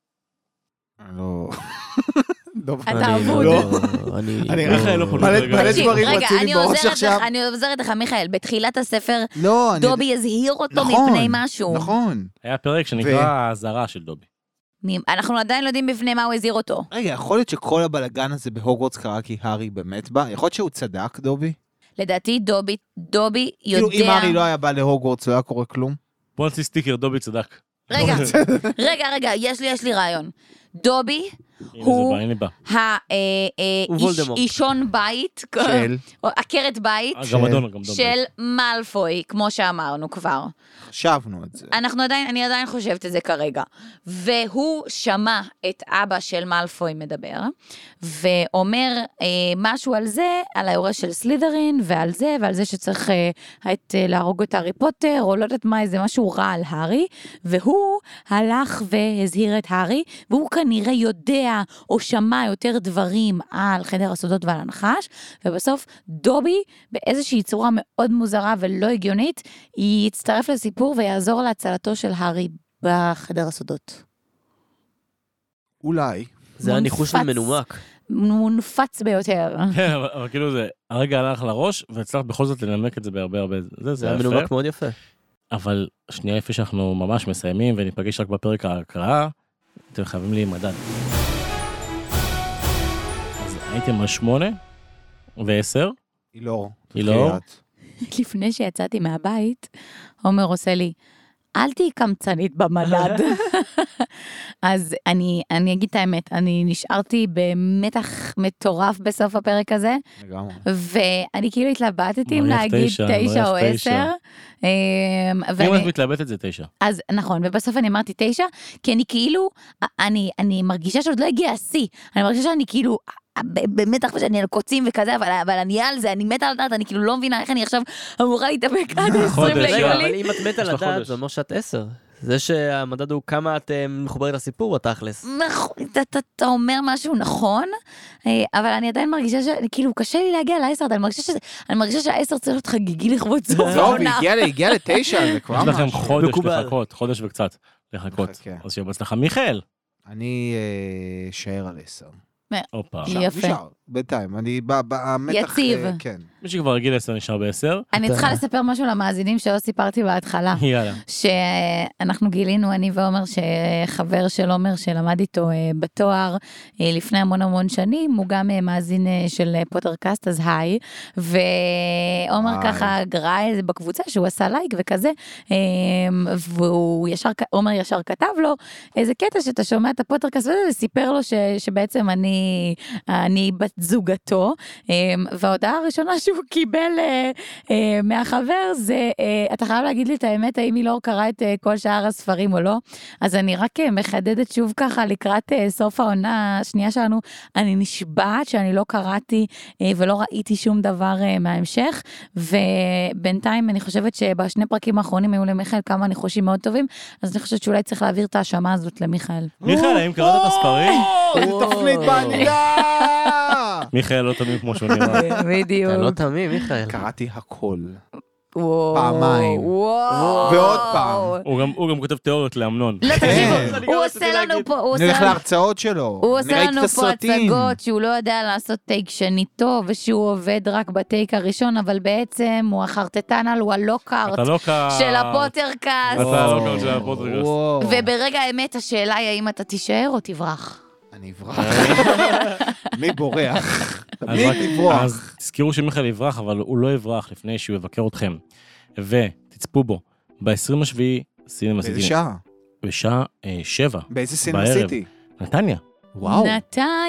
Speaker 4: לא... לא
Speaker 2: אתה
Speaker 3: אני
Speaker 2: אבוד.
Speaker 3: לא-
Speaker 4: לא.
Speaker 3: אני...
Speaker 4: אני-
Speaker 1: מיכאל לא פוליטי.
Speaker 4: מלא- מלא
Speaker 1: תקשיב,
Speaker 4: דברים
Speaker 2: רגע,
Speaker 4: רצים לי
Speaker 2: אני
Speaker 4: בראש
Speaker 2: עוזרת
Speaker 4: עכשיו.
Speaker 2: לך, אני עוזרת לך, מיכאל, בתחילת הספר
Speaker 4: לא, אני...
Speaker 2: דובי הזהיר אותו
Speaker 4: נכון,
Speaker 2: מפני משהו.
Speaker 4: נכון.
Speaker 1: היה פרק שנקרא
Speaker 4: ו-
Speaker 1: האזהרה של דובי.
Speaker 2: מ- אנחנו עדיין לא יודעים בפני מה הוא הזהיר אותו.
Speaker 4: רגע, יכול להיות שכל הבלגן הזה בהוגוורטס קרה כי הארי באמת בא? יכול להיות שהוא צדק, דובי?
Speaker 2: לדעתי דובי, דובי
Speaker 4: כאילו, אם
Speaker 2: יודע...
Speaker 4: הארי לא היה בא להוגוורטס, לא היה קורה כלום?
Speaker 1: בוא נוציא סטיקר, דובי צדק.
Speaker 2: רגע, רגע, רגע, יש לי, יש לי רעיון. דובי,
Speaker 1: הנה
Speaker 2: הוא- אה,
Speaker 1: זה בא, הנה בא. אה,
Speaker 3: הוא וולדמורט.
Speaker 2: האישון בית,
Speaker 4: של?
Speaker 2: או עקרת בית,
Speaker 1: אה, גם אדון, גם אדון.
Speaker 2: של מאלפוי, כמו שאמרנו כבר.
Speaker 4: חשבנו את זה.
Speaker 2: אנחנו עדיין, אני עדיין חושבת את זה כרגע. והוא שמע את אבא של מאלפוי מדבר, ואומר אה, משהו על זה, על היורש של סלידרין, ועל זה, ועל זה שצריך אה, את, אה, להרוג את הארי פוטר, או לא יודעת מה, איזה משהו רע על הארי, והוא הלך והזהיר את הארי, והוא כנראה יודע או שמע יותר דברים על חדר הסודות ועל הנחש, ובסוף דובי, באיזושהי צורה מאוד מוזרה ולא הגיונית, יצטרף לסיפור ויעזור להצלתו של הארי בחדר הסודות.
Speaker 4: אולי.
Speaker 3: זה היה ניחוש
Speaker 2: מונפץ.
Speaker 3: מנומק.
Speaker 2: מונפץ ביותר.
Speaker 1: כן, אבל- אבל כאילו זה, הרגע הלך לראש, והצלחת בכל זאת לנמק את זה בהרבה הרבה... זה, זה
Speaker 3: זה היה
Speaker 1: יפה.
Speaker 3: מנומק מאוד יפה.
Speaker 1: אבל שנייה לפני שאנחנו ממש מסיימים וניפגש רק בפרק ההקראה, אתם חייבים לי מדד. אז הייתם על שמונה ועשר,
Speaker 4: אילור.
Speaker 1: אילור?
Speaker 4: תתחיל את.
Speaker 2: לפני שיצאתי מהבית, עומר עושה לי, אל תהיי קמצנית במדד. אז אני, אני אגיד את האמת, אני נשארתי במתח מטורף בסוף הפרק הזה,
Speaker 4: לגמרי.
Speaker 2: ואני כאילו התלבטתי אם
Speaker 1: מריח
Speaker 2: להגיד
Speaker 1: תשע,
Speaker 2: תשע או
Speaker 1: מריח תשע.
Speaker 2: עשר. אמ,
Speaker 1: לא אם
Speaker 2: ואני-
Speaker 1: את מתלבטת זה תשע.
Speaker 2: אז נכון, ובסוף אני אמרתי תשע, כי אני כאילו, אני, אני מרגישה שעוד לא הגיע השיא. אני מרגישה שאני כאילו, ב- במתח שאני על קוצים וכזה, אבל, אבל אני על זה, אני מתה לדעת, אני כאילו לא מבינה איך אני עכשיו אמורה להתאפק עד
Speaker 1: חודש,
Speaker 2: ה-20
Speaker 1: יאללה.
Speaker 3: רגע,
Speaker 2: ליולי.
Speaker 3: אבל אם את מתה
Speaker 1: יש לך
Speaker 3: לדעת,
Speaker 1: חודש.
Speaker 3: זה אומר שאת עשר. זה שהמדד הוא כמה את אה, מחוברת לסיפור בתכלס.
Speaker 2: נכון, אתה- אתה- אתה אומר משהו נכון, אה, אבל אני עדיין מרגישה ש... כאילו, קשה לי להגיע לעשר, אני מרגישה שזה- אני מרגישה שהעשר צריך להיות חגיגי לכבוד סוף
Speaker 4: טוב, היא
Speaker 2: העונה.
Speaker 4: הגיעה ל- הגיעה לתשע, זה כבר
Speaker 1: יש לכם
Speaker 4: משהו.
Speaker 1: חודש
Speaker 3: מקובל.
Speaker 1: לחכות, חודש וקצת לחכות.
Speaker 4: נחכה.
Speaker 1: אז שיהיה בהצלחה. מיכאל!
Speaker 4: אני אה, אשאר על עשר.
Speaker 1: הופה.
Speaker 2: יפה.
Speaker 4: נשאר, אה, נשאר, בינתיים. אני ב- ב- המתח...
Speaker 2: יציב.
Speaker 4: אה, כן.
Speaker 1: מי שכבר רגיל לעשר נשאר בעשר.
Speaker 2: אני
Speaker 3: אתה-
Speaker 2: צריכה לספר משהו למאזינים שלא סיפרתי בהתחלה.
Speaker 1: יאללה.
Speaker 2: שאנחנו גילינו, אני ועומר, שחבר של עומר שלמד איתו אה, בתואר אה, לפני המון המון שנים, הוא גם אה, מאזין אה, של אה, פוטרקאסט, אז היי. ועומר
Speaker 4: היי.
Speaker 2: ככה גרע איזה בקבוצה שהוא עשה לייק וכזה, אה, והוא ישר, כ- עומר ישר כתב לו איזה קטע שאתה שומע את הפוטרקאסט וזה, וסיפר לו ש, שבעצם אני, אני בת זוגתו, אמ, וההודעה הראשונה שהוא קיבל אה, אה, מהחבר זה, אה, אתה חייב להגיד לי את האמת, האם היא לא קראה את אה, כל שאר הספרים או לא. אז אני רק אה, מחדדת שוב ככה לקראת אה, סוף העונה השנייה שלנו, אני נשבעת שאני לא קראתי אה, ולא ראיתי שום דבר אה, מההמשך, ובינתיים אני חושבת שבשני פרקים האחרונים היו למיכאל כמה ניחושים מאוד טובים, אז אני חושבת שאולי צריך להעביר את ההאשמה הזאת למיכאל.
Speaker 1: מיכאל, האם קראת את הספרים?
Speaker 4: תפנית בעלילה!
Speaker 1: מיכאל לא תמים כמו שהוא נראה.
Speaker 2: בדיוק.
Speaker 3: אתה לא תמים, מיכאל.
Speaker 4: קראתי הכל.
Speaker 2: וואו,
Speaker 4: פעמיים.
Speaker 2: וואו.
Speaker 4: ועוד פעם.
Speaker 1: הוא גם- הוא גם כותב תיאוריות לאמנון.
Speaker 2: לא,
Speaker 4: כן.
Speaker 2: תקשיבו, הוא עושה לנו פה, הוא
Speaker 4: נלך
Speaker 2: עושה לנו...
Speaker 4: להרצאות שלו.
Speaker 2: הוא עושה
Speaker 4: נראה את
Speaker 2: לנו פה
Speaker 4: הסרטים.
Speaker 2: הצגות שהוא לא יודע לעשות טייק שני טוב, ושהוא עובד רק בטייק הראשון, אבל בעצם הוא החרטטן על הוא הלוקארט
Speaker 1: אתה לא קרא...
Speaker 2: של הפוטרקאסט,
Speaker 1: אתה לא קראת של הפודקאסט.
Speaker 4: וואו.
Speaker 2: וברגע האמת השאלה היא האם אתה תישאר או תברח.
Speaker 4: אני אברח. מי בורח?
Speaker 1: אז
Speaker 4: תמיד
Speaker 1: רק-
Speaker 4: לברוח.
Speaker 1: אז תזכרו שמיכאל יברח, אבל הוא לא יברח לפני שהוא יבקר אתכם. ותצפו בו, ב-27 סינמה
Speaker 4: באיזה
Speaker 1: סיטי.
Speaker 4: שעה?
Speaker 1: בשעה אה, שבע,
Speaker 4: באיזה סינמה
Speaker 1: בערב.
Speaker 4: סיטי?
Speaker 1: נתניה.
Speaker 2: נתניה.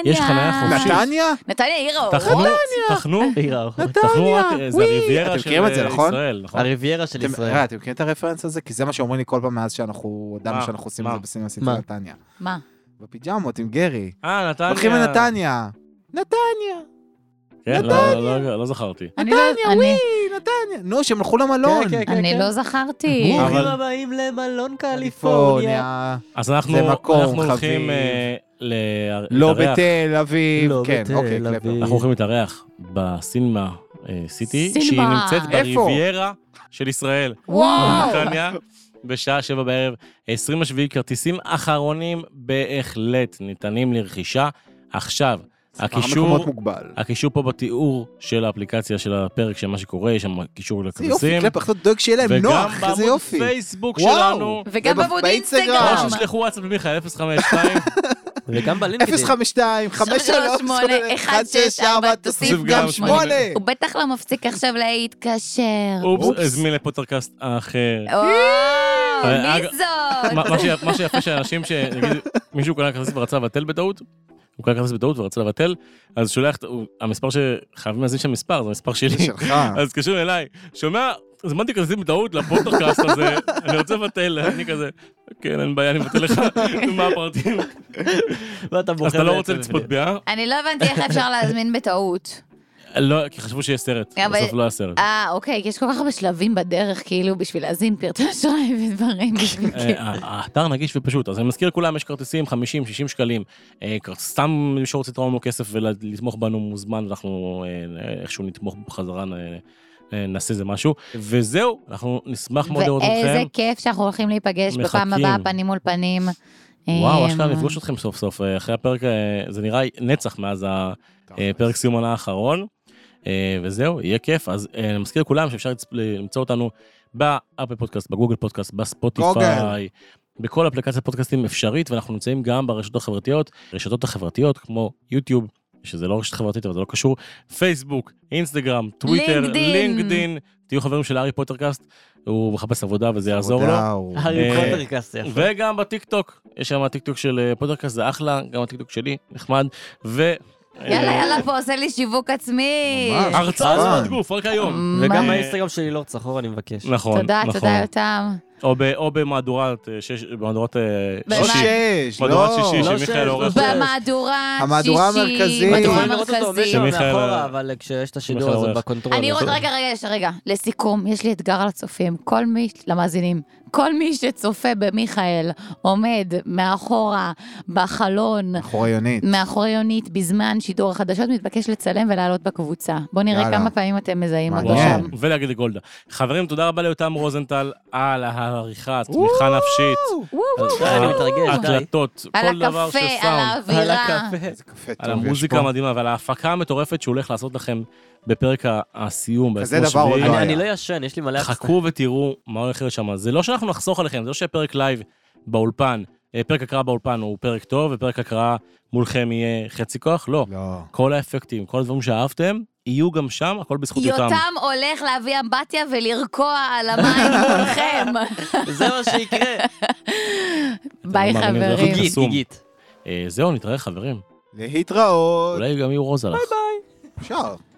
Speaker 1: יש חניה
Speaker 2: אה.
Speaker 1: חופשית.
Speaker 4: נתניה?
Speaker 2: נתניה עיר האורות.
Speaker 1: תחנו, תחנו,
Speaker 2: אה.
Speaker 3: עיר האורות.
Speaker 1: תחנו רק, אה, זה
Speaker 4: וואי.
Speaker 1: הריביירה
Speaker 4: אתם
Speaker 1: של
Speaker 4: מכירים את זה,
Speaker 1: אה,
Speaker 4: נכון?
Speaker 1: ישראל, נכון?
Speaker 3: הריביירה של
Speaker 4: אתם
Speaker 3: ישראל.
Speaker 4: אה, אתם מכירים את הרפרנס הזה? כי זה מה שאומרים לי כל פעם מאז שאנחנו, הודענו
Speaker 1: מה?
Speaker 4: שאנחנו עושים את
Speaker 1: מה?
Speaker 4: זה בסינמה סיטי
Speaker 3: מה?
Speaker 4: נתניה.
Speaker 2: מה?
Speaker 4: בפיג'מות עם גרי.
Speaker 1: אה, נתניה.
Speaker 4: הולכים לנתניה. נתניה.
Speaker 1: כן, לא-
Speaker 4: נתניה.
Speaker 1: לא- לא זכרתי.
Speaker 2: אני לא-
Speaker 4: נתניה,
Speaker 2: אני-
Speaker 4: וואי, נתניה. נו, שהם הלכו למלון.
Speaker 3: כן, כן,
Speaker 2: אני לא זכרתי.
Speaker 1: אבל-
Speaker 3: ברוכים הבאים למלון קליפורניה.
Speaker 1: אז אנחנו
Speaker 4: זה מקום
Speaker 1: אנחנו הולכים
Speaker 4: חביב.
Speaker 1: אה, ל-
Speaker 4: לא
Speaker 1: להתארח.
Speaker 4: בתל אביב.
Speaker 3: לא
Speaker 4: כן,
Speaker 3: בתל
Speaker 4: אוקיי,
Speaker 3: אביב.
Speaker 4: קלפר.
Speaker 1: אנחנו הולכים להתארח בסינמה אה, סיטי,
Speaker 2: סינמה.
Speaker 1: שהיא נמצאת
Speaker 4: איפה?
Speaker 1: בריביירה של ישראל.
Speaker 2: וואו.
Speaker 1: בנתניה, בשעה שבע בערב, 27 כרטיסים אחרונים בהחלט ניתנים לרכישה. עכשיו,
Speaker 4: המקומות
Speaker 1: הקישור,
Speaker 4: מוגבל.
Speaker 1: הקישור פה בתיאור של האפליקציה של הפרק, של מה שקורה, יש שם קישור
Speaker 4: זה יופי,
Speaker 1: לכרטיסים.
Speaker 4: קלפר, אתה דואג שיהיה להם
Speaker 1: וגם
Speaker 4: נוח, איזה
Speaker 1: בעמוד
Speaker 4: יופי.
Speaker 1: פייסבוק
Speaker 4: וואו.
Speaker 1: שלנו.
Speaker 2: וגם
Speaker 4: ובא-
Speaker 2: עמוד
Speaker 4: באינסטגרם.
Speaker 1: או
Speaker 2: אינסטגרם.
Speaker 1: שישלחו וואטסאפ למיכאל, 052.
Speaker 3: וגם בלינקדאין.
Speaker 4: 052,
Speaker 2: 338,
Speaker 4: 164, תוסיף גם 8.
Speaker 2: הוא בטח לא מפסיק עכשיו להתקשר.
Speaker 1: אופס,
Speaker 4: אופס.
Speaker 1: הזמין לפוטרקאסט אחר.
Speaker 2: או,
Speaker 1: אה, אג-
Speaker 2: מי זאת?
Speaker 1: מה- מה שיפ- מה שיפה שאנשים ש... נגיד, מישהו קנה כרטיס ורצה לבטל בטעות, הוא קנה כרטיס בטעות ורצה לבטל, אז שולח, הוא- המספר שחייבים להזין שם מספר, זה המספר שלי.
Speaker 4: שלך.
Speaker 1: אז קשור אליי, שומע, הזמנתי כרטיסים בטעות לפודקאסט הזה, אני רוצה לבטל, אני כזה, כן, אין בעיה, אני מבטל לך, מה הפרטים?
Speaker 3: ואתה בוחר
Speaker 1: אז אתה לא
Speaker 3: בעצם
Speaker 1: רוצה לצפות
Speaker 3: לפני.
Speaker 1: ביה?
Speaker 2: אני לא הבנתי איך אפשר להזמין בטעות.
Speaker 1: לא, כי חשבו שיהיה סרט,
Speaker 2: אבל-
Speaker 1: בסוף לא היה סרט.
Speaker 2: אה, אוקיי, כי יש כל כך הרבה שלבים בדרך, כאילו, בשביל להזין פרטי אשראי ודברים בשביל...
Speaker 1: אה, האתר נגיש ופשוט, אז אני מזכיר לכולם, יש כרטיסים 50, 60 שקלים. אה, כר- סתם מי שרוצה לתרום לנו כסף ולתמוך בנו מוזמן, ואנחנו אה, איכשהו נתמוך בחזרה, אה, אה, נעשה איזה משהו. וזהו, אנחנו נשמח מאוד לראות
Speaker 2: ואיזה
Speaker 1: אתכם.
Speaker 2: כיף שאנחנו הולכים להיפגש בפעם
Speaker 1: מחכים.
Speaker 2: הבאה, פנים מול פנים.
Speaker 1: וואו,
Speaker 2: אמ,
Speaker 1: אשכרה נפגוש אתכם סוף סוף, אה, אחרי הפרק, אה, זה נראה נצח מאז הפרק אה, סיום העונה האחרון. אה, וזהו, יהיה כיף. אז אה, אני מזכיר לכולם שאפשר לצ- למצוא אותנו באפל פודקאסט, בגוגל פודקאסט, בספוטיפיי.
Speaker 4: גוגל.
Speaker 1: בכל אפליקציית פודקאסטים אפשרית, ואנחנו נמצאים גם ברשתות החברתיות, רשתות החברתיות כמו יוטיוב, שזה לא רשת חברתית אבל זה לא קשור, פייסבוק, אינסטגרם, טוויטר,
Speaker 2: לינקדין.
Speaker 1: לינקדין, תהיו חברים של הארי פוטרקאסט, הוא מחפש עבודה וזה יעזור לו.
Speaker 4: וואו.
Speaker 3: הארי
Speaker 1: לא? אה,
Speaker 3: פוטר קאסט, יפה.
Speaker 1: וגם בטיקטוק, יש שם הטיקטוק של אה, פודקאסט, זה אחלה, גם הטיקטוק שלי, נחמד, ו...
Speaker 2: יאללה,
Speaker 1: אה,
Speaker 2: יאללה, פה עושה לי שיווק עצמי.
Speaker 4: ממש.
Speaker 1: הרצאה
Speaker 4: אה.
Speaker 1: שפת גוף, רק היום.
Speaker 3: וגם
Speaker 1: מה?
Speaker 3: באינסטגרם שלי לא צחור, אני מבקש.
Speaker 1: נכון,
Speaker 2: Mm. תודה,
Speaker 1: נכון.
Speaker 2: תודה, יותם.
Speaker 1: או, ב, או במהדורת, אה, שש, במהדורת אה,
Speaker 2: במה?
Speaker 4: לא
Speaker 1: שישי,
Speaker 4: שש,
Speaker 1: מהדורת
Speaker 4: לא.
Speaker 1: שישי
Speaker 3: לא שש,
Speaker 1: שמיכאל
Speaker 3: לא
Speaker 1: עורך.
Speaker 3: שש.
Speaker 2: במהדורה
Speaker 4: המהדורה
Speaker 2: שישי,
Speaker 4: המרכזית.
Speaker 3: אתם
Speaker 2: מהדורה
Speaker 3: יכולים לראות אותו עומד שם
Speaker 2: המרכזית.
Speaker 1: שמיכאל-
Speaker 3: מאחורה, אבל כשיש את השידור
Speaker 1: שמיכאל
Speaker 3: הזה
Speaker 1: עורך.
Speaker 3: בקונטרול.
Speaker 2: אני רוצה,
Speaker 3: אז-
Speaker 2: רגע, רגע, יש, רגע. לסיכום, יש לי אתגר על הצופים. כל מי, למאזינים, כל מי שצופה במיכאל עומד מאחורה, בחלון,
Speaker 4: מאחורי יונית.
Speaker 2: מאחורי יונית, בזמן שידור החדשות, מתבקש לצלם ולעלות בקבוצה. בואו נראה
Speaker 4: יאללה.
Speaker 2: כמה פעמים אתם מזהים אותו
Speaker 1: וואו,
Speaker 4: מעניין.
Speaker 2: שם.
Speaker 1: ולהגיד לגולדה. חברים, תודה רבה ליותם רוזנטל על העריכה, תמיכה נפשית,
Speaker 2: וואו,
Speaker 1: על
Speaker 2: וואו,
Speaker 3: אה, אני
Speaker 4: כן.
Speaker 3: מתרגש,
Speaker 1: אה,
Speaker 3: די.
Speaker 1: ההקלטות, כל
Speaker 2: על
Speaker 1: דבר
Speaker 2: הקפה, על
Speaker 1: שסאונד,
Speaker 3: על
Speaker 2: האווירה.
Speaker 3: הקפה.
Speaker 4: איזה קפה טוב
Speaker 1: על
Speaker 4: יש
Speaker 1: המוזיקה
Speaker 4: פה.
Speaker 1: המדהימה ועל ההפקה המטורפת שהוא הולך לעשות לכם בפרק ה- הסיום.
Speaker 4: כזה
Speaker 1: בעצמו
Speaker 4: דבר עוד
Speaker 1: שביעי.
Speaker 4: לא
Speaker 3: אני-
Speaker 4: היה.
Speaker 3: אני לא ישן, יש לי מלא...
Speaker 1: חכו ותראו מה הולך להיות שם. זה לא שאנחנו נחסוך עליכם, זה לא שהפרק לייב באולפן, אה, פרק הקראה באולפן הוא פרק טוב, ופרק הקראה מולכם יהיה חצי כוח, לא.
Speaker 4: לא.
Speaker 1: כל האפקטים, כל הדברים שאהבתם, יהיו גם שם, הכל בזכות יותם.
Speaker 2: יותם הולך להביא אמבטיה ולרקוע על המים מולכם.
Speaker 3: זה מה שיקרה.
Speaker 2: ביי,
Speaker 1: לא מאמינים, זה
Speaker 2: חברים.
Speaker 1: הכי
Speaker 3: עיגית,
Speaker 1: קסום.
Speaker 3: עיגית.
Speaker 1: אה, זהו, נתראה חברים.
Speaker 4: להתראות.
Speaker 1: אולי גם יהיו רוזה לך.
Speaker 3: ביי.
Speaker 4: אפשר.